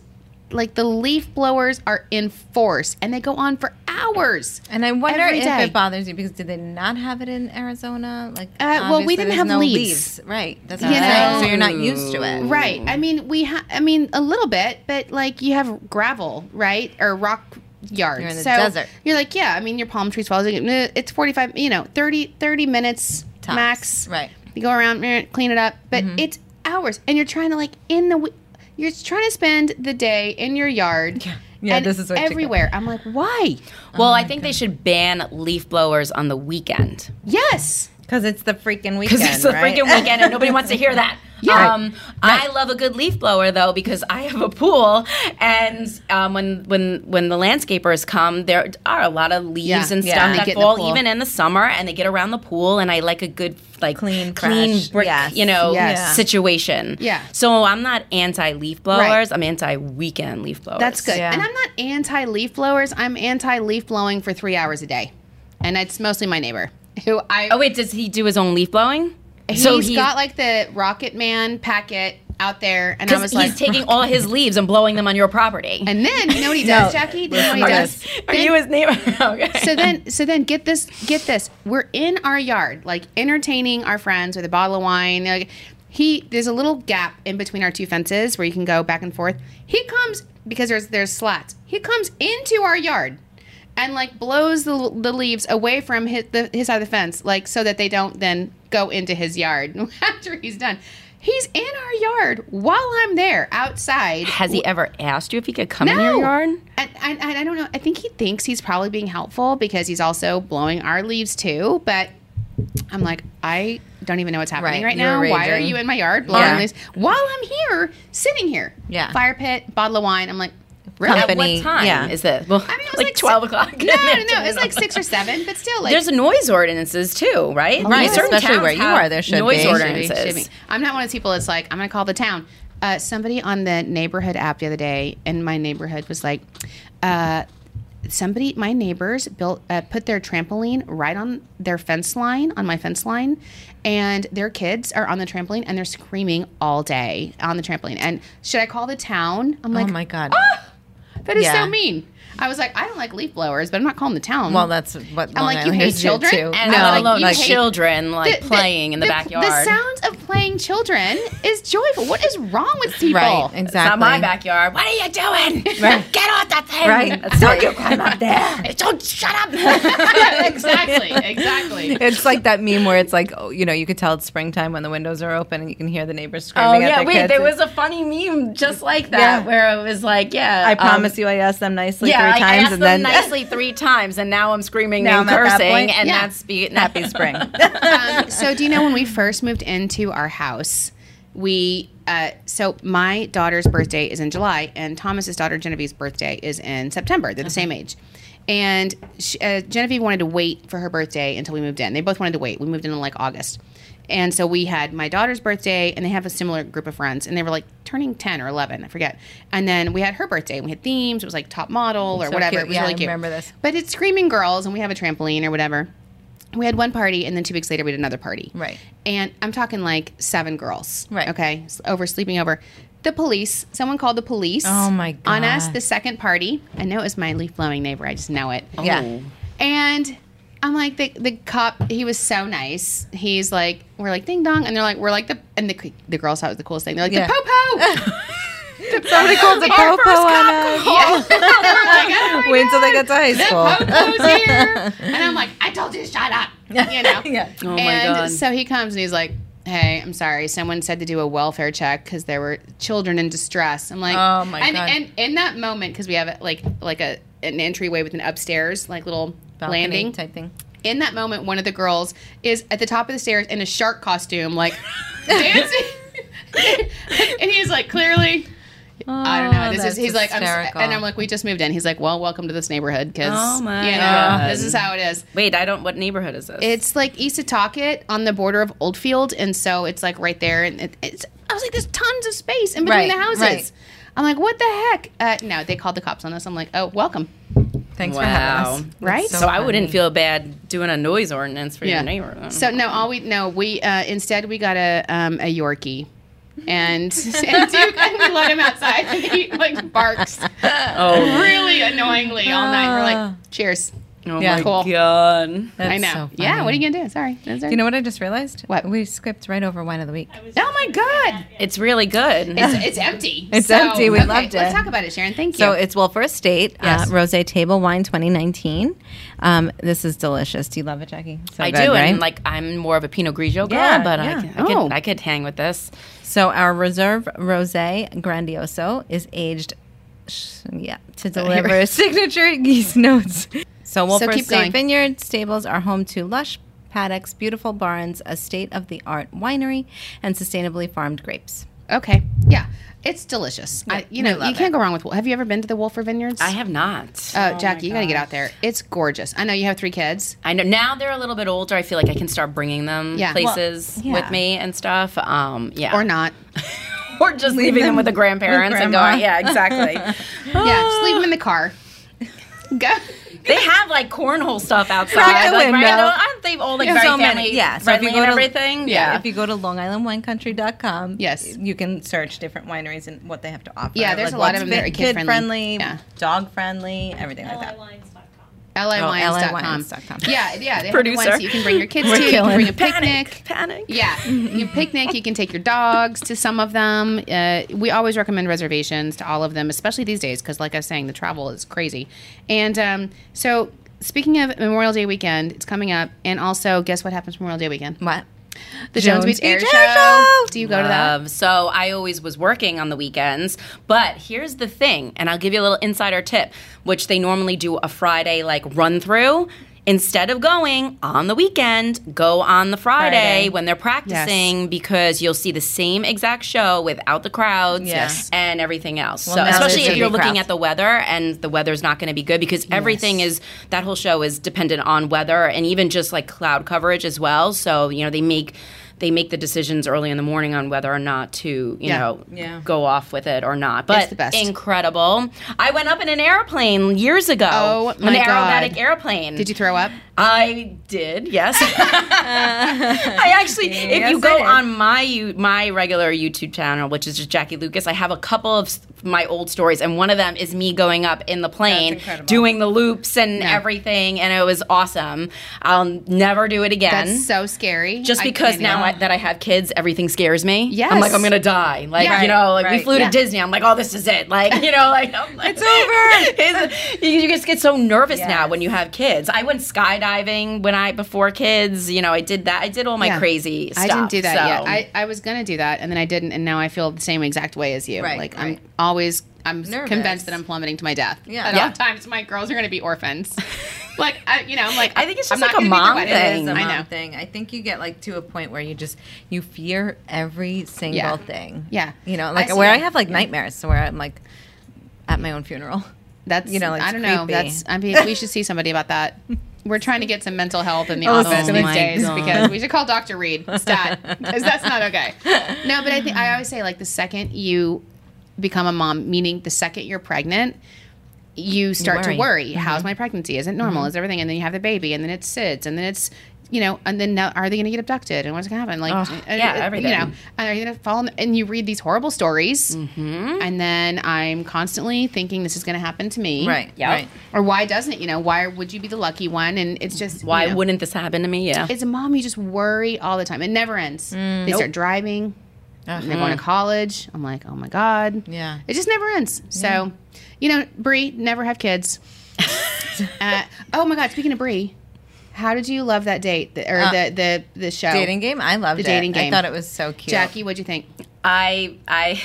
[SPEAKER 2] Like the leaf blowers are in force, and they go on for hours.
[SPEAKER 1] And I wonder
[SPEAKER 2] Every
[SPEAKER 1] if
[SPEAKER 2] day.
[SPEAKER 1] it bothers you because did they not have it in Arizona? Like,
[SPEAKER 2] Uh, well,
[SPEAKER 1] obviously
[SPEAKER 2] we didn't
[SPEAKER 1] there's
[SPEAKER 2] have
[SPEAKER 1] no
[SPEAKER 2] leaves.
[SPEAKER 1] right? That's
[SPEAKER 2] You
[SPEAKER 1] what I'm
[SPEAKER 2] know.
[SPEAKER 1] saying. So you're not used to it,
[SPEAKER 2] Right. I mean, we. Ha- I mean, a little bit, but like you have gravel, right, or rock yards.
[SPEAKER 1] You're in the
[SPEAKER 2] so
[SPEAKER 1] desert.
[SPEAKER 2] You're like, yeah. I mean, your palm trees falls. It's forty five. You know, 30, 30 minutes
[SPEAKER 1] Tops.
[SPEAKER 2] max.
[SPEAKER 1] Right.
[SPEAKER 2] You go around, eh, clean it up, but it's hours, and you're trying to like in the. w- You're trying to spend the day in your yard. Yeah.
[SPEAKER 1] Yeah, this is what you get.
[SPEAKER 2] everywhere. I'm like, why?
[SPEAKER 1] Oh
[SPEAKER 3] well, I think they should ban leaf blowers on the weekend
[SPEAKER 2] Yes.
[SPEAKER 1] Because it's the freaking weekend.
[SPEAKER 3] because it's the
[SPEAKER 1] right?
[SPEAKER 3] freaking weekend and nobody wants to hear that.
[SPEAKER 2] Yeah.
[SPEAKER 3] Um, I love a good leaf blower though because I have a pool, and um, when when when the landscapers come, there are a lot of leaves
[SPEAKER 2] Yeah,
[SPEAKER 3] and
[SPEAKER 1] yeah. They
[SPEAKER 3] stuff
[SPEAKER 2] get
[SPEAKER 3] that
[SPEAKER 2] in the
[SPEAKER 3] fall
[SPEAKER 2] pool.
[SPEAKER 3] even in the summer, and they get around the pool, and I like a good like
[SPEAKER 1] Clean,
[SPEAKER 3] clean
[SPEAKER 1] fresh.
[SPEAKER 3] brick,
[SPEAKER 1] Yes.
[SPEAKER 3] you know,
[SPEAKER 2] Yes.
[SPEAKER 1] Yeah.
[SPEAKER 3] situation.
[SPEAKER 2] Yeah.
[SPEAKER 3] So I'm not anti leaf blowers.
[SPEAKER 2] Right.
[SPEAKER 3] I'm anti weekend leaf blowers.
[SPEAKER 2] That's good.
[SPEAKER 1] Yeah.
[SPEAKER 2] And I'm not anti leaf blowers. I'm anti leaf blowing for three hours a day, and it's mostly my neighbor who I.
[SPEAKER 3] Oh wait, does he do his own leaf blowing?
[SPEAKER 2] He's
[SPEAKER 3] he-
[SPEAKER 2] got like the Rocket Man packet out there, and I was
[SPEAKER 3] Because
[SPEAKER 2] like,
[SPEAKER 3] he's taking all his leaves and blowing them on your property.
[SPEAKER 2] and then you know what he does, Jackie? Do you know what he does?
[SPEAKER 3] Are you his neighbor? okay.
[SPEAKER 2] Oh, So then, so then, get this, get this. We're in our yard, like entertaining our friends with a bottle of wine. Like, he, there's a little gap in between our two fences where you can go back and forth. He comes because there's there's slats. He comes into our yard and like blows the, the leaves away from his, the, his side of the fence, like so that they don't then go into his yard after he's done. He's in our yard while I'm there outside.
[SPEAKER 3] Has he ever asked you if he could come in
[SPEAKER 2] No.
[SPEAKER 3] your yard?
[SPEAKER 2] And, and, and I don't know. I think he thinks he's probably being helpful because he's also blowing our leaves too. But I'm like, I don't even know what's happening
[SPEAKER 1] Right,
[SPEAKER 2] right,
[SPEAKER 1] you
[SPEAKER 2] now.
[SPEAKER 1] were
[SPEAKER 2] Why are
[SPEAKER 1] raging.
[SPEAKER 2] you in my yard blowing
[SPEAKER 3] Yeah.
[SPEAKER 2] leaves while I'm here, sitting here?
[SPEAKER 1] Yeah.
[SPEAKER 2] Fire pit, bottle of wine. I'm like, really?
[SPEAKER 1] Company.
[SPEAKER 3] At what time
[SPEAKER 1] yeah.
[SPEAKER 3] is this? Well,
[SPEAKER 2] I mean, it was
[SPEAKER 3] like,
[SPEAKER 2] like
[SPEAKER 3] 12 o'clock.
[SPEAKER 2] No, no, no. It's like six or seven, but still, like
[SPEAKER 3] There's noise ordinances too, right?
[SPEAKER 1] Right,
[SPEAKER 3] Certain
[SPEAKER 1] especially
[SPEAKER 3] towns
[SPEAKER 1] where you
[SPEAKER 3] have
[SPEAKER 1] are, there should
[SPEAKER 3] noise
[SPEAKER 1] be.
[SPEAKER 2] Should be,
[SPEAKER 3] ordinances.
[SPEAKER 2] should be. I'm not one of those people that's like, I'm going to call the town. Uh, somebody on the neighborhood app the other day in my neighborhood was like, uh, somebody, my neighbors built, uh, put their trampoline right on their fence line, on my fence line, and their kids are on the trampoline and they're screaming all day on the trampoline. And should I call the town? I'm like, "Ah!"
[SPEAKER 1] oh my god.
[SPEAKER 2] that is
[SPEAKER 1] Yeah.
[SPEAKER 2] so mean. I was like, I don't like leaf blowers, but I'm not calling the town.
[SPEAKER 1] Well, that's what Long
[SPEAKER 2] like, you hate
[SPEAKER 1] Islanders do,
[SPEAKER 2] children?
[SPEAKER 1] too.
[SPEAKER 3] And
[SPEAKER 2] No,
[SPEAKER 3] let alone
[SPEAKER 2] you
[SPEAKER 3] like
[SPEAKER 2] hate-
[SPEAKER 3] children like playing in the, backyard.
[SPEAKER 2] The sound of playing children is joyful. What is wrong with people?
[SPEAKER 1] Right,
[SPEAKER 3] It's
[SPEAKER 1] exactly.
[SPEAKER 3] not my backyard. What are you doing? Get off that thing.
[SPEAKER 1] Right.
[SPEAKER 3] That's not you climb up there. Don't shut up.
[SPEAKER 2] exactly, exactly.
[SPEAKER 1] It's like that meme where it's like, oh, you know, you could tell it's springtime when the windows are open and you can hear the neighbors
[SPEAKER 2] Oh,
[SPEAKER 1] screaming at their
[SPEAKER 3] wait.
[SPEAKER 1] kids.
[SPEAKER 3] Oh, There was a funny meme just like that
[SPEAKER 1] Yeah.
[SPEAKER 3] where it was like, yeah,
[SPEAKER 1] I
[SPEAKER 3] um,
[SPEAKER 1] promise you, I asked them nicely
[SPEAKER 3] yeah,
[SPEAKER 1] three
[SPEAKER 3] I- I
[SPEAKER 1] times,
[SPEAKER 3] asked
[SPEAKER 1] and then
[SPEAKER 3] them nicely three times, and now I'm screaming
[SPEAKER 1] Now
[SPEAKER 3] and
[SPEAKER 1] I'm at that
[SPEAKER 3] cursing,
[SPEAKER 1] point.
[SPEAKER 3] and
[SPEAKER 2] Yeah.
[SPEAKER 3] that's be-
[SPEAKER 1] happy spring.
[SPEAKER 2] Um, so, do you know when we first moved into our house? We uh, so my daughter's birthday is in July, and Thomas's daughter Genevieve's birthday is in September. They're the same age, and she, uh, Genevieve wanted to wait for her birthday until we moved in. They both wanted to wait. We moved in in like August, and so we had my daughter's birthday, and they have a similar group of friends, and they were like turning ten or eleven, I forget. And then we had her birthday. and We had themes. It was like top model or
[SPEAKER 1] So
[SPEAKER 2] whatever.
[SPEAKER 1] cute.
[SPEAKER 2] It was
[SPEAKER 1] Yeah,
[SPEAKER 2] really
[SPEAKER 1] I
[SPEAKER 2] cute.
[SPEAKER 1] remember this.
[SPEAKER 2] But it's screaming girls, and we have a trampoline or whatever. We had one party, and then two weeks later, we had another party.
[SPEAKER 1] Right.
[SPEAKER 2] And I'm talking like seven girls.
[SPEAKER 1] Right.
[SPEAKER 2] Okay. S- Over sleeping over. The police. Someone called the police.
[SPEAKER 1] Oh, my
[SPEAKER 2] On us,
[SPEAKER 1] God.
[SPEAKER 2] the second party. I know it was my leaf blowing neighbor. I just know it.
[SPEAKER 1] yeah.
[SPEAKER 2] And I'm like the the cop. He was so nice. He's like, we're like ding dong, and they're like, we're like the and the the girls thought it was the coolest thing. They're like
[SPEAKER 1] Yeah.
[SPEAKER 2] the po po. Somebody
[SPEAKER 1] called the po-po on us.
[SPEAKER 2] Yeah.
[SPEAKER 1] Wait until they get to high
[SPEAKER 2] The
[SPEAKER 1] school.
[SPEAKER 2] popo's here. And I'm like, I told you to shut up. You know?
[SPEAKER 1] Yeah.
[SPEAKER 3] Oh my
[SPEAKER 2] and
[SPEAKER 3] God.
[SPEAKER 2] so he comes and he's like, Hey, I'm sorry. Someone said to do a welfare check because there were children in distress. I'm like,
[SPEAKER 1] Oh my
[SPEAKER 2] and,
[SPEAKER 1] God.
[SPEAKER 2] And in that moment, because we have like like a an entryway with an upstairs, like little
[SPEAKER 1] Balcony
[SPEAKER 2] landing
[SPEAKER 1] type thing.
[SPEAKER 2] in that moment, one of the girls is at the top of the stairs in a shark costume, like dancing. and he's like, clearly, I don't know.
[SPEAKER 1] Oh,
[SPEAKER 2] This is
[SPEAKER 1] that's
[SPEAKER 2] he's like, I'm, s-
[SPEAKER 1] hysterical.
[SPEAKER 2] and I'm like, we just moved in. He's like, well, welcome to this neighborhood because
[SPEAKER 3] Oh my
[SPEAKER 2] you know
[SPEAKER 3] God.
[SPEAKER 2] this is how it is.
[SPEAKER 3] Wait, I don't. What neighborhood is this?
[SPEAKER 2] It's like east of Tocket on the border of Oldfield, and so it's like right there. And it, it's I was like, there's tons of space in between
[SPEAKER 1] Right,
[SPEAKER 2] the houses.
[SPEAKER 1] right.
[SPEAKER 2] I'm like, what the heck? Uh, no, they called the cops on us. I'm like, oh, welcome.
[SPEAKER 1] Thanks for
[SPEAKER 3] Wow.
[SPEAKER 1] having us.
[SPEAKER 2] Right?
[SPEAKER 3] so I wouldn't feel bad doing a noise ordinance for
[SPEAKER 2] Yeah.
[SPEAKER 3] your neighborhood.
[SPEAKER 2] So no, all we no we uh, instead we got a um, a Yorkie. And, and Duke, and we let him outside. And he like barks
[SPEAKER 3] oh,
[SPEAKER 2] really annoyingly all night. We're
[SPEAKER 1] Ah.
[SPEAKER 2] like, cheers.
[SPEAKER 3] oh
[SPEAKER 1] Yeah.
[SPEAKER 3] my
[SPEAKER 2] Cool.
[SPEAKER 3] god.
[SPEAKER 1] That's
[SPEAKER 2] I know.
[SPEAKER 1] so
[SPEAKER 2] yeah, what are
[SPEAKER 1] funny.
[SPEAKER 2] you gonna do? Sorry. That's
[SPEAKER 1] You know what I just realized?
[SPEAKER 2] What?
[SPEAKER 1] We skipped right over wine of the week.
[SPEAKER 2] Oh my god,
[SPEAKER 3] It's really good.
[SPEAKER 2] it's, it's empty.
[SPEAKER 1] It's empty. We loved it.
[SPEAKER 2] Let's talk about it, Sharon. Thank you.
[SPEAKER 1] So it's Wilfer Estate
[SPEAKER 2] Yes.
[SPEAKER 1] uh, Rosé Table Wine 2019. Um, this is delicious. Do you love it, Jackie? So
[SPEAKER 3] I
[SPEAKER 1] good,
[SPEAKER 3] do, and
[SPEAKER 1] right?
[SPEAKER 3] like I'm more of a Pinot Grigio girl,
[SPEAKER 1] Yeah,
[SPEAKER 3] but
[SPEAKER 1] yeah.
[SPEAKER 3] I, c- I could
[SPEAKER 2] Oh.
[SPEAKER 3] I could hang with this.
[SPEAKER 1] So our reserve rosé grandioso is aged, sh- yeah,
[SPEAKER 2] Uh,
[SPEAKER 1] to deliver signature geese notes. So Wolfer
[SPEAKER 2] keep
[SPEAKER 1] State
[SPEAKER 2] going.
[SPEAKER 1] Vineyard stables are home to lush paddocks, beautiful barns, a state-of-the-art winery, and sustainably farmed grapes.
[SPEAKER 2] okay. Yeah, it's delicious. I, you know,
[SPEAKER 1] love
[SPEAKER 2] you can't go wrong with. Have you ever been to the Wolfer Vineyards?
[SPEAKER 3] I have not.
[SPEAKER 2] Oh, Jackie, you gotta get out there. It's gorgeous. I know you have three kids.
[SPEAKER 3] I know now they're a little bit older. I feel like I can start bringing them
[SPEAKER 2] Yeah.
[SPEAKER 3] places
[SPEAKER 1] Well, yeah.
[SPEAKER 3] with me and stuff. Um, yeah,
[SPEAKER 2] Or not.
[SPEAKER 3] or just leaving them with the grandparents and
[SPEAKER 1] grandma.
[SPEAKER 3] going. Yeah, exactly.
[SPEAKER 2] Yeah, just leave them in the car. Go.
[SPEAKER 3] they have like cornhole stuff outside.
[SPEAKER 1] Crack the
[SPEAKER 3] like, right?
[SPEAKER 1] window.
[SPEAKER 3] Aren't they all like very
[SPEAKER 1] So many-
[SPEAKER 3] family
[SPEAKER 1] yeah, so if
[SPEAKER 3] friendly
[SPEAKER 1] you go
[SPEAKER 3] and
[SPEAKER 1] to-
[SPEAKER 3] everything?
[SPEAKER 2] yeah,
[SPEAKER 1] If you go to longislandwinecountry.com,
[SPEAKER 2] Yes.
[SPEAKER 1] you can search different wineries and what they have to offer.
[SPEAKER 2] Yeah, there's a lot
[SPEAKER 1] what's
[SPEAKER 2] of them that are
[SPEAKER 1] fit-
[SPEAKER 2] kid-friendly.
[SPEAKER 1] kid-friendly,
[SPEAKER 2] Yeah.
[SPEAKER 1] dog-friendly, everything like that.
[SPEAKER 4] LIwines.com.
[SPEAKER 1] Oh,
[SPEAKER 2] liwines.com.
[SPEAKER 1] liwines.com.
[SPEAKER 2] Yeah, yeah. They Producer. Have the ones
[SPEAKER 3] Producer.
[SPEAKER 2] that you can bring your kids
[SPEAKER 3] We're
[SPEAKER 2] to. You
[SPEAKER 1] killing.
[SPEAKER 2] can bring a
[SPEAKER 3] Panic,
[SPEAKER 2] picnic.
[SPEAKER 3] panic.
[SPEAKER 2] Yeah,
[SPEAKER 3] Mm-hmm.
[SPEAKER 2] you picnic. You can take your dogs to some of them. Uh, we always recommend reservations to all of them, especially these days, because like I was saying, the travel is crazy. And um, so, speaking of Memorial Day weekend, it's coming up, and also, guess what happens Memorial Day weekend?
[SPEAKER 1] What?
[SPEAKER 2] The
[SPEAKER 1] Jones
[SPEAKER 2] Jones, Beach Air
[SPEAKER 1] Beach
[SPEAKER 2] Show.
[SPEAKER 1] Air Show!
[SPEAKER 2] Do you go to that?
[SPEAKER 3] Love. Um, So I always was working on the weekends. But here's the thing, and I'll give you a little insider tip, which they normally do a Friday like run through. Instead of going on the weekend, go on the Friday,
[SPEAKER 2] Friday.
[SPEAKER 3] when they're practicing because you'll see the same exact show without the crowds
[SPEAKER 1] Yes.
[SPEAKER 3] and everything else. so
[SPEAKER 1] now there's
[SPEAKER 3] especially if
[SPEAKER 1] gonna
[SPEAKER 3] you're
[SPEAKER 1] be
[SPEAKER 3] looking
[SPEAKER 1] crowds.
[SPEAKER 3] at the weather and the weather's not going to be good because everything is that whole show is dependent on weather and even just like cloud coverage as well. So, you know, they make they make the decisions early in the morning on whether or not to, you
[SPEAKER 2] Yeah.
[SPEAKER 3] know,
[SPEAKER 1] Yeah.
[SPEAKER 3] go off with it or not. But
[SPEAKER 2] the best.
[SPEAKER 3] incredible. I went up in an airplane years ago.
[SPEAKER 2] Oh, my God.
[SPEAKER 3] an aerobatic airplane.
[SPEAKER 2] Did you throw up?
[SPEAKER 3] I did, yes. I actually, if you
[SPEAKER 1] Yes,
[SPEAKER 3] go
[SPEAKER 1] I did.
[SPEAKER 3] on my you- my regular YouTube channel, which is just Jackie Lucas, I have a couple of s- my old stories, and one of them is me going up in the plane,
[SPEAKER 1] incredible.
[SPEAKER 3] doing the loops and
[SPEAKER 2] Yeah.
[SPEAKER 3] everything, and it was awesome. I'll never do it again.
[SPEAKER 2] That's so scary.
[SPEAKER 3] just
[SPEAKER 2] I
[SPEAKER 3] because
[SPEAKER 2] can't
[SPEAKER 3] now I,
[SPEAKER 2] even-
[SPEAKER 3] that I have kids, everything scares me.
[SPEAKER 2] Yes.
[SPEAKER 3] I'm like, I'm gonna die. Like,
[SPEAKER 2] Yeah.
[SPEAKER 3] you know, like we
[SPEAKER 1] Right,
[SPEAKER 3] flew
[SPEAKER 2] yeah.
[SPEAKER 3] to Disney. I'm like, oh, this is it. Like, you know, like, I'm like it's over. you, you just get so nervous now
[SPEAKER 1] Yes.
[SPEAKER 3] when you have kids. I went skydiving when I before kids. You know, I did that. I did all my
[SPEAKER 2] Yeah.
[SPEAKER 3] crazy stuff.
[SPEAKER 2] I didn't do that
[SPEAKER 3] so.
[SPEAKER 2] yet. I, I was gonna do that and then I didn't and now I feel the same exact way as you.
[SPEAKER 1] Right,
[SPEAKER 2] like
[SPEAKER 1] right.
[SPEAKER 2] I'm always I'm
[SPEAKER 1] Nervous.
[SPEAKER 2] convinced that I'm plummeting to my death.
[SPEAKER 1] Yeah.
[SPEAKER 2] And
[SPEAKER 1] Yeah.
[SPEAKER 2] oftentimes my girls are gonna be orphans. like I, you know, I'm like
[SPEAKER 3] I think it's
[SPEAKER 2] I'm
[SPEAKER 3] just
[SPEAKER 2] not
[SPEAKER 3] like a
[SPEAKER 2] gonna be
[SPEAKER 3] mom
[SPEAKER 2] doing
[SPEAKER 1] It
[SPEAKER 2] it.
[SPEAKER 1] is a
[SPEAKER 3] thing.
[SPEAKER 1] mom
[SPEAKER 2] I know.
[SPEAKER 1] thing. I think you get like to a point where you just you fear every single
[SPEAKER 2] Yeah.
[SPEAKER 1] thing.
[SPEAKER 2] Yeah.
[SPEAKER 1] you know,
[SPEAKER 2] I
[SPEAKER 1] like
[SPEAKER 2] see
[SPEAKER 1] where I
[SPEAKER 2] that.
[SPEAKER 1] have like nightmares, so where I'm like at my own funeral.
[SPEAKER 2] That's
[SPEAKER 1] You know, it's
[SPEAKER 2] I don't know.
[SPEAKER 1] creepy.
[SPEAKER 2] That's I mean we should see somebody about that. We're trying to get some mental health in the
[SPEAKER 1] Oh,
[SPEAKER 2] office
[SPEAKER 1] oh
[SPEAKER 2] these
[SPEAKER 3] my
[SPEAKER 2] days
[SPEAKER 3] God.
[SPEAKER 2] because we should call Dr. Reed stat because that's not okay. No, but I think I always say like the second you become a mom, meaning the second you're pregnant, you start
[SPEAKER 1] worry. Mm-hmm.
[SPEAKER 2] to worry. How's my pregnancy? Is it normal? Is everything? And then you have the baby, and then it sits, and then it's you know, and then now, are they going to get abducted? And what's going to happen? Like,
[SPEAKER 3] Ugh,
[SPEAKER 2] and-
[SPEAKER 3] yeah,
[SPEAKER 2] and,
[SPEAKER 3] everything.
[SPEAKER 2] You know, and are you going to fall? In the, and you read these horrible stories,
[SPEAKER 1] Mm-hmm.
[SPEAKER 2] and then I'm constantly thinking this is going to happen to me,
[SPEAKER 1] Right.
[SPEAKER 3] Yep.
[SPEAKER 1] Right.
[SPEAKER 2] or why doesn't you know why would you be the lucky one and it's just you
[SPEAKER 3] Why
[SPEAKER 2] know,
[SPEAKER 3] wouldn't this happen to me? Yeah.
[SPEAKER 2] as a mom you just worry all the time it never ends
[SPEAKER 1] Mm.
[SPEAKER 2] they start driving and they're going to college i'm like oh my god
[SPEAKER 1] Yeah.
[SPEAKER 2] it just never ends so you know brie never have kids uh, oh my god speaking of brie how did you love that date the, or
[SPEAKER 1] Uh,
[SPEAKER 2] the, the the show
[SPEAKER 1] Dating game, I loved
[SPEAKER 2] The dating
[SPEAKER 1] it.
[SPEAKER 2] game.
[SPEAKER 1] I thought it was so cute.
[SPEAKER 2] jackie what'd you think
[SPEAKER 3] I I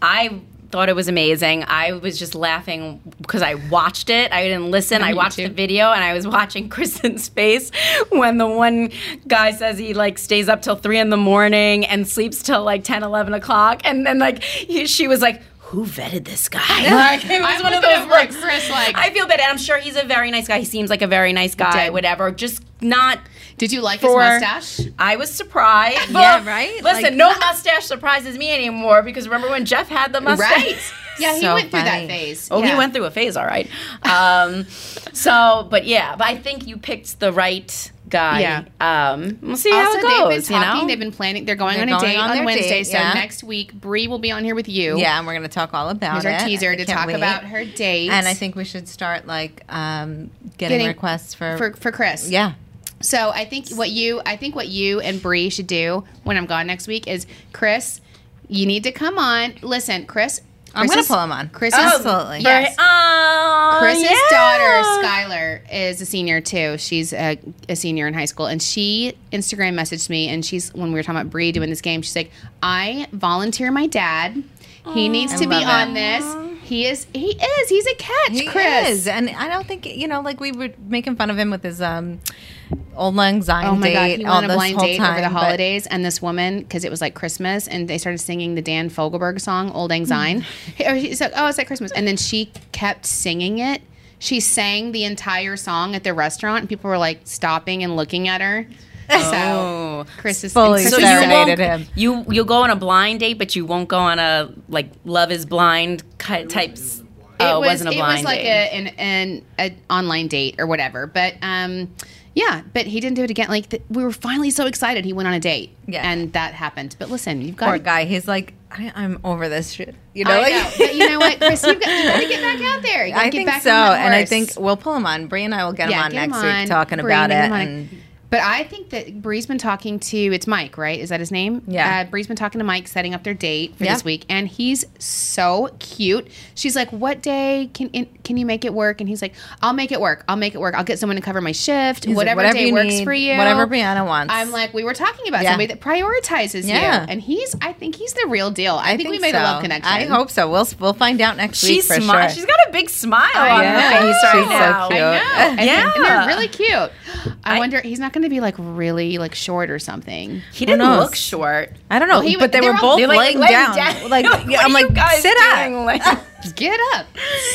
[SPEAKER 3] I thought it was amazing. I was just laughing because I watched it. I didn't listen. I
[SPEAKER 2] you
[SPEAKER 3] watched
[SPEAKER 2] too.
[SPEAKER 3] the video and I was watching Kristen's face when the one guy says he like stays up till three in the morning and sleeps till like 10, 11 o'clock. And then like he, she was like, who vetted this guy? Like, it was
[SPEAKER 2] I'm
[SPEAKER 3] one
[SPEAKER 2] looking
[SPEAKER 3] of those
[SPEAKER 2] over at
[SPEAKER 3] looks.
[SPEAKER 2] Chris, like-
[SPEAKER 3] I feel bad. And I'm sure he's a very nice guy. He seems like a very nice guy,
[SPEAKER 2] Did.
[SPEAKER 3] whatever. Just not
[SPEAKER 2] did you like
[SPEAKER 3] For-
[SPEAKER 2] his mustache
[SPEAKER 3] I was surprised.
[SPEAKER 1] Yeah,
[SPEAKER 3] Well,
[SPEAKER 1] right?
[SPEAKER 3] Listen,
[SPEAKER 1] Like-
[SPEAKER 3] no mustache surprises me anymore because remember when Jeff had the mustache?
[SPEAKER 2] right yeah he
[SPEAKER 1] So
[SPEAKER 2] went through
[SPEAKER 1] funny.
[SPEAKER 2] that phase
[SPEAKER 3] Oh, he
[SPEAKER 2] Yeah.
[SPEAKER 3] went through a phase, all right. Um, so, but yeah, but I think you picked the right guy.
[SPEAKER 2] Yeah.
[SPEAKER 3] Um, we'll see
[SPEAKER 2] also,
[SPEAKER 3] how
[SPEAKER 2] they've
[SPEAKER 3] it goes.
[SPEAKER 2] been talking.
[SPEAKER 3] you know,
[SPEAKER 2] They've been planning. They're going
[SPEAKER 1] They're
[SPEAKER 2] on a
[SPEAKER 1] going
[SPEAKER 2] date
[SPEAKER 1] on
[SPEAKER 2] on,
[SPEAKER 1] their
[SPEAKER 2] Wednesday.
[SPEAKER 1] date, yeah.
[SPEAKER 2] So next week, Bree will be on here with you.
[SPEAKER 1] Yeah, and we're gonna talk all about
[SPEAKER 2] Here's our
[SPEAKER 1] it.
[SPEAKER 2] teaser
[SPEAKER 1] I
[SPEAKER 2] to
[SPEAKER 1] can't
[SPEAKER 2] talk
[SPEAKER 1] wait.
[SPEAKER 2] about her date.
[SPEAKER 1] And I think we should start like um, getting,
[SPEAKER 2] Getting-
[SPEAKER 1] requests for,
[SPEAKER 2] for for Chris.
[SPEAKER 1] yeah.
[SPEAKER 2] So I think what you I think what you and Bree should do when I'm gone next week is Chris, you need to come on. Listen, Chris.
[SPEAKER 1] I'm
[SPEAKER 2] Chris's-
[SPEAKER 1] gonna pull him on.
[SPEAKER 2] Chris's
[SPEAKER 1] Absolutely.
[SPEAKER 2] Yeah. yes.
[SPEAKER 3] Oh,
[SPEAKER 2] Chris's
[SPEAKER 3] yeah.
[SPEAKER 2] daughter Skylar is a senior too. She's a, a senior in high school, and she Instagram messaged me, and she's when we were talking about Bree doing this game, she's like, "I volunteer my dad. He needs
[SPEAKER 1] I
[SPEAKER 2] to be
[SPEAKER 1] love
[SPEAKER 2] on
[SPEAKER 1] it.
[SPEAKER 2] this. He is. He is. He's a catch,
[SPEAKER 1] He
[SPEAKER 2] Chris.
[SPEAKER 1] is, and I don't think you know. Like we were making fun of him with his um, old lang syne
[SPEAKER 2] Oh my god,
[SPEAKER 1] date.
[SPEAKER 2] he
[SPEAKER 1] all
[SPEAKER 2] went on a
[SPEAKER 1] this
[SPEAKER 2] blind
[SPEAKER 1] whole
[SPEAKER 2] date over
[SPEAKER 1] time,
[SPEAKER 2] the
[SPEAKER 1] but-
[SPEAKER 2] holidays, and this woman because it was like Christmas, and they started singing the Dan Fogelberg song "Old Lang
[SPEAKER 1] Mm.
[SPEAKER 2] Syne." Or She's like, "Oh, it's at Christmas," and then she kept singing it. She sang the entire song at the restaurant, and people were like stopping and looking at her. So Chris is
[SPEAKER 1] Oh. Fully
[SPEAKER 2] and
[SPEAKER 3] So
[SPEAKER 2] Chris
[SPEAKER 3] you
[SPEAKER 2] is-
[SPEAKER 1] Serenaded
[SPEAKER 3] won't,
[SPEAKER 1] him.
[SPEAKER 3] you you'll go on a blind date, but you won't go on a like Love Is Blind ki- types. oh, it wasn't a blind
[SPEAKER 2] It was like
[SPEAKER 3] date.
[SPEAKER 2] a an, an a online date or whatever. But um, yeah, but he didn't do it again. Like th- we were finally so excited he went on a date,
[SPEAKER 1] Yeah.
[SPEAKER 2] and that happened. But listen, you've got
[SPEAKER 1] Poor
[SPEAKER 2] to
[SPEAKER 1] guy. He's like, I, I'm over this shit. You know,
[SPEAKER 2] I know.
[SPEAKER 1] like-
[SPEAKER 2] But you know what, Chris? You've got, you got to get back out there. You gotta
[SPEAKER 1] I
[SPEAKER 2] get
[SPEAKER 1] think
[SPEAKER 2] back
[SPEAKER 1] so,
[SPEAKER 2] on that
[SPEAKER 1] and I
[SPEAKER 2] horse.
[SPEAKER 1] think we'll pull him on. Bree and I will get him on
[SPEAKER 2] get
[SPEAKER 1] next
[SPEAKER 2] him on,
[SPEAKER 1] week talking
[SPEAKER 2] bring
[SPEAKER 1] about it.
[SPEAKER 2] him on.
[SPEAKER 1] And
[SPEAKER 2] but I think that Bree's been talking to it's Mike, right? Is that his name?
[SPEAKER 1] Yeah.
[SPEAKER 2] Uh, Bree's been talking to Mike, setting up their date for
[SPEAKER 1] Yeah.
[SPEAKER 2] this week, and he's so cute. She's like, "What day can can you make it work?" And he's like, "I'll make it work. I'll make it work. I'll get someone to cover my shift.
[SPEAKER 1] he's like,
[SPEAKER 2] Whatever, day
[SPEAKER 1] you
[SPEAKER 2] works
[SPEAKER 1] need,
[SPEAKER 2] for you.
[SPEAKER 1] whatever Brianna wants.
[SPEAKER 2] I'm like, we were talking about
[SPEAKER 1] Yeah.
[SPEAKER 2] somebody that prioritizes
[SPEAKER 1] Yeah.
[SPEAKER 2] you, and he's. I think he's the real deal. I, think, we made
[SPEAKER 1] so.
[SPEAKER 2] a love connection.
[SPEAKER 1] I hope so. We'll we'll find out next week
[SPEAKER 3] She's
[SPEAKER 1] for
[SPEAKER 3] smart.
[SPEAKER 1] sure.
[SPEAKER 3] She's got a big smile on
[SPEAKER 1] Yeah,
[SPEAKER 3] her face right
[SPEAKER 1] she's so
[SPEAKER 3] now.
[SPEAKER 1] cute.
[SPEAKER 2] I know. And,
[SPEAKER 3] Yeah.
[SPEAKER 2] and they're really cute. I,
[SPEAKER 3] I-
[SPEAKER 2] wonder he's not going to be like really like short or something.
[SPEAKER 3] He didn't
[SPEAKER 1] knows?
[SPEAKER 3] look short.
[SPEAKER 1] I don't know,
[SPEAKER 2] Well, he
[SPEAKER 1] but
[SPEAKER 2] was-
[SPEAKER 1] they
[SPEAKER 2] they
[SPEAKER 1] were
[SPEAKER 2] were all-
[SPEAKER 1] both
[SPEAKER 2] they,
[SPEAKER 3] like,
[SPEAKER 1] laying,
[SPEAKER 3] laying
[SPEAKER 1] down.
[SPEAKER 3] down.
[SPEAKER 1] Like yeah,
[SPEAKER 3] What
[SPEAKER 1] I'm
[SPEAKER 3] are you
[SPEAKER 1] like,
[SPEAKER 3] guys
[SPEAKER 1] sit
[SPEAKER 3] doing?
[SPEAKER 1] up,
[SPEAKER 3] Like-
[SPEAKER 2] Get up.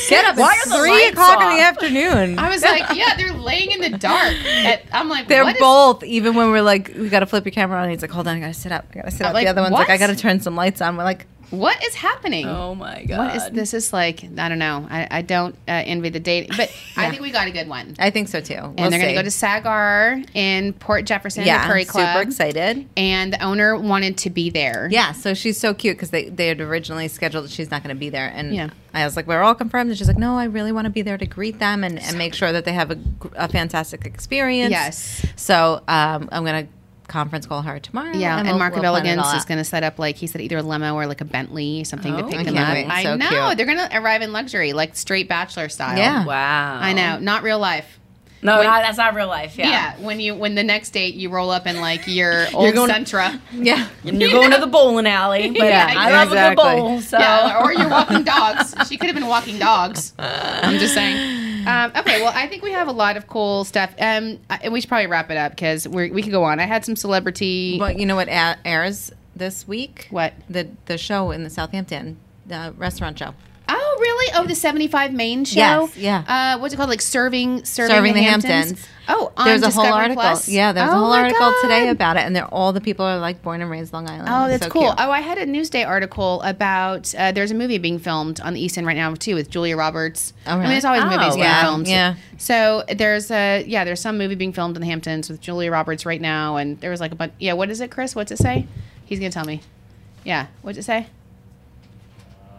[SPEAKER 1] get up.
[SPEAKER 3] Why
[SPEAKER 1] it's
[SPEAKER 3] are the
[SPEAKER 1] three
[SPEAKER 3] lights
[SPEAKER 1] o'clock in
[SPEAKER 3] off?
[SPEAKER 1] the afternoon.
[SPEAKER 2] I was like, yeah, they're laying in the dark. And I'm like,
[SPEAKER 1] They're
[SPEAKER 2] what is-
[SPEAKER 1] both. even when we're like, we gotta flip your camera on. He's like, hold on, I gotta sit up. I gotta sit
[SPEAKER 2] I'm
[SPEAKER 1] up.
[SPEAKER 2] like,
[SPEAKER 1] the other one's like,
[SPEAKER 2] what?
[SPEAKER 1] I gotta turn some lights on. We're like,
[SPEAKER 2] what is happening?
[SPEAKER 3] Oh my god.
[SPEAKER 2] What is this? Is like I don't know. I, I don't uh, envy the date, but I think we got a good one.
[SPEAKER 1] I think so too. We'll
[SPEAKER 2] and they're going
[SPEAKER 1] see.
[SPEAKER 2] to go to Sagar in Port Jefferson,
[SPEAKER 1] yeah,
[SPEAKER 2] the Curry Club.
[SPEAKER 1] super excited.
[SPEAKER 2] And the owner wanted to be there.
[SPEAKER 1] Yeah, so she's so cute because they, they had originally scheduled that she's not going to be there, and
[SPEAKER 2] Yeah.
[SPEAKER 1] I was like, we're all confirmed, and she's like, no, I really want to be there to greet them and, and make sure that they have a, gr- a fantastic experience.
[SPEAKER 2] Yes.
[SPEAKER 1] So um, I'm gonna conference call her tomorrow.
[SPEAKER 2] Yeah, and,
[SPEAKER 1] we'll-
[SPEAKER 2] Mark
[SPEAKER 1] we'll
[SPEAKER 2] of
[SPEAKER 1] plan it
[SPEAKER 2] Elegance
[SPEAKER 1] all
[SPEAKER 2] is
[SPEAKER 1] out.
[SPEAKER 2] going to set up like he said either a limo or like a Bentley something to
[SPEAKER 3] Oh.
[SPEAKER 2] pick
[SPEAKER 3] I
[SPEAKER 2] them
[SPEAKER 1] can't
[SPEAKER 2] up.
[SPEAKER 1] wait.
[SPEAKER 2] I
[SPEAKER 1] So
[SPEAKER 2] know
[SPEAKER 1] cute.
[SPEAKER 2] they're going to arrive in luxury, like straight bachelor style.
[SPEAKER 1] Yeah. Oh.
[SPEAKER 3] Wow.
[SPEAKER 2] I know, not real life.
[SPEAKER 3] No, not, that's not real life. Yeah.
[SPEAKER 2] Yeah. when you when the next date you roll up in like your old
[SPEAKER 3] going-
[SPEAKER 2] Sentra,
[SPEAKER 1] Yeah.
[SPEAKER 3] And you're going to the bowling alley. But
[SPEAKER 2] Yeah,
[SPEAKER 3] yeah, I love a
[SPEAKER 1] exactly.
[SPEAKER 3] good bowl. So.
[SPEAKER 2] yeah, or you're walking dogs. she could have been walking dogs. I'm just saying. Um, okay, well, I think we have a lot of cool stuff, um, I- and we should probably wrap it up because we we could go on. I had some celebrity.
[SPEAKER 1] But you know what a- airs this week?
[SPEAKER 2] What?
[SPEAKER 1] the the show in the Southampton the restaurant show?
[SPEAKER 2] Oh, really? Oh, the 75 main show?
[SPEAKER 1] Yes, yeah.
[SPEAKER 2] Uh, what's it called? Like serving, serving,
[SPEAKER 1] Serving
[SPEAKER 2] the,
[SPEAKER 1] the
[SPEAKER 2] Hamptons.
[SPEAKER 1] Hamptons.
[SPEAKER 2] Oh, on
[SPEAKER 1] there's a
[SPEAKER 2] Discovery
[SPEAKER 1] whole article.
[SPEAKER 2] Plus?
[SPEAKER 1] Yeah, there's a
[SPEAKER 2] Oh
[SPEAKER 1] whole
[SPEAKER 2] my
[SPEAKER 1] article today
[SPEAKER 2] God.
[SPEAKER 1] about it, and they're all the people are like born and raised Long Island.
[SPEAKER 2] Oh,
[SPEAKER 1] It's
[SPEAKER 2] that's
[SPEAKER 1] so
[SPEAKER 2] cool.
[SPEAKER 1] cute.
[SPEAKER 2] Oh, I had a Newsday article about uh, there's a movie being filmed on the East End right now too with Julia Roberts.
[SPEAKER 1] Oh,
[SPEAKER 2] I mean,
[SPEAKER 1] really?
[SPEAKER 2] there's always
[SPEAKER 3] Oh,
[SPEAKER 2] movies being
[SPEAKER 1] yeah,
[SPEAKER 2] filmed.
[SPEAKER 1] yeah.
[SPEAKER 2] So there's a yeah, there's some movie being filmed in the Hamptons with Julia Roberts right now, and there was like a bunch. Yeah, what is it, Chris? What's it say? He's gonna tell me. Yeah, what's it say?
[SPEAKER 4] Um,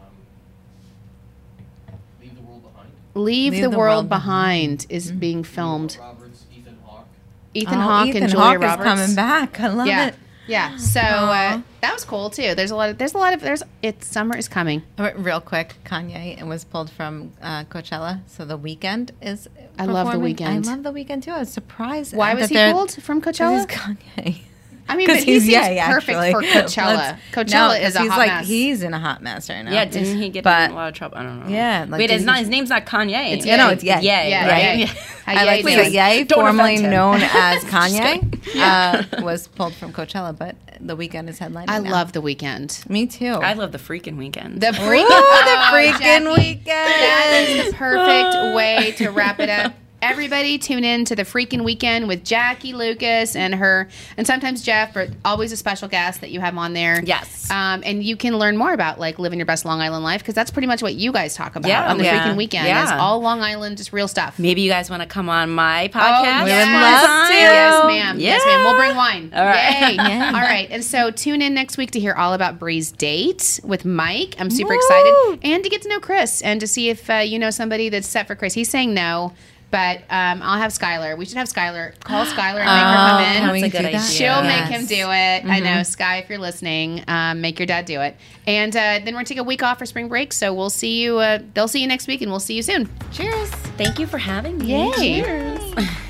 [SPEAKER 4] Leave the World Behind.
[SPEAKER 2] Leave, the, world, behind, is
[SPEAKER 1] Mm-hmm.
[SPEAKER 2] being filmed.
[SPEAKER 4] Julia Roberts, Ethan Hawke.
[SPEAKER 2] Ethan
[SPEAKER 1] Oh,
[SPEAKER 2] Hawke
[SPEAKER 1] Ethan
[SPEAKER 2] and Julia
[SPEAKER 1] Hawke
[SPEAKER 2] Roberts
[SPEAKER 1] is coming back. I love
[SPEAKER 2] yeah.
[SPEAKER 1] it.
[SPEAKER 2] Yeah. So uh, that was cool too. There's a lot of there's a lot of there's it's summer is coming.
[SPEAKER 1] All right, Oh, Real quick, Kanye and was pulled from uh, Coachella, so the weekend is.
[SPEAKER 2] I love The
[SPEAKER 1] performing.
[SPEAKER 2] Weeknd.
[SPEAKER 1] I love the weekend too. I was surprised.
[SPEAKER 2] Why
[SPEAKER 1] uh,
[SPEAKER 2] was
[SPEAKER 1] that
[SPEAKER 2] he
[SPEAKER 1] they're-
[SPEAKER 2] pulled from
[SPEAKER 1] Because
[SPEAKER 2] Coachella?
[SPEAKER 1] he's Kanye.
[SPEAKER 2] I mean, but
[SPEAKER 1] 'Cause
[SPEAKER 2] he seems perfect
[SPEAKER 1] actually.
[SPEAKER 2] for Coachella.
[SPEAKER 1] Let's-
[SPEAKER 2] Coachella
[SPEAKER 1] no,
[SPEAKER 2] is
[SPEAKER 1] 'cause
[SPEAKER 2] a
[SPEAKER 1] he's
[SPEAKER 2] hot
[SPEAKER 1] like
[SPEAKER 2] mess.
[SPEAKER 1] he's in a hot mess right now.
[SPEAKER 3] Yeah, didn't he get
[SPEAKER 1] But-
[SPEAKER 3] in a lot of trouble? I don't know.
[SPEAKER 1] Yeah, like,
[SPEAKER 3] Wait, it's
[SPEAKER 1] didn't
[SPEAKER 3] not
[SPEAKER 1] he-
[SPEAKER 3] his name's not Kanye.
[SPEAKER 2] It's- yeah, no, it's
[SPEAKER 3] Ye.
[SPEAKER 1] Ye.
[SPEAKER 3] Yeah,
[SPEAKER 2] Yeah, Ye.
[SPEAKER 3] right?
[SPEAKER 2] How
[SPEAKER 1] I
[SPEAKER 2] Ye
[SPEAKER 1] like
[SPEAKER 2] does.
[SPEAKER 1] that Ye,
[SPEAKER 3] Don't offend
[SPEAKER 1] formerly
[SPEAKER 3] him.
[SPEAKER 1] known as Kanye,
[SPEAKER 3] kidding.
[SPEAKER 1] uh, was pulled from Coachella, but the weekend is headlining.
[SPEAKER 2] I
[SPEAKER 1] now.
[SPEAKER 2] love the weekend.
[SPEAKER 1] Me too.
[SPEAKER 3] I love the freaking weekend.
[SPEAKER 1] Ooh,
[SPEAKER 2] The freaking,
[SPEAKER 1] the freaking weekend.
[SPEAKER 2] That is the perfect way to wrap it up. Everybody tune in to the freaking weekend with Jackie Lucas and her, and sometimes Jeff, but always a special guest that you have on there.
[SPEAKER 3] Yes.
[SPEAKER 2] Um, and you can learn more about like living your best Long Island life because that's pretty much what you guys talk about
[SPEAKER 3] Yeah.
[SPEAKER 2] on the
[SPEAKER 3] Yeah.
[SPEAKER 2] freaking weekend.
[SPEAKER 3] Yeah.
[SPEAKER 2] Is all Long Island just real stuff. Oh,
[SPEAKER 3] Maybe you guys want to come on my podcast.
[SPEAKER 1] We would
[SPEAKER 3] sometime.
[SPEAKER 1] love to.
[SPEAKER 2] Yes, ma'am. Yes, ma'am. We'll bring
[SPEAKER 3] Yeah.
[SPEAKER 2] wine.
[SPEAKER 3] All right.
[SPEAKER 2] Yay.
[SPEAKER 1] Yeah.
[SPEAKER 2] All right. And so tune in next week to hear all about Bree's date with Mike. I'm super excited. And to get to know Chris and to see if uh, you know somebody that's set for Chris. He's saying no, but um, I'll have Skylar. We should have Skylar. Call Skylar and make her come
[SPEAKER 1] Um,
[SPEAKER 2] in.
[SPEAKER 1] can
[SPEAKER 3] That's
[SPEAKER 1] we
[SPEAKER 3] a
[SPEAKER 1] do
[SPEAKER 3] good
[SPEAKER 1] that?
[SPEAKER 3] idea.
[SPEAKER 2] She'll
[SPEAKER 1] Yes.
[SPEAKER 2] make him do it. I know, Sky, if you're listening, um, make your dad do it. And uh, then we're taking a week off for spring break. So we'll see you. Uh, they'll see you next week, and we'll see you soon.
[SPEAKER 3] Cheers. Thank you for having me.
[SPEAKER 2] Yay.
[SPEAKER 3] Cheers.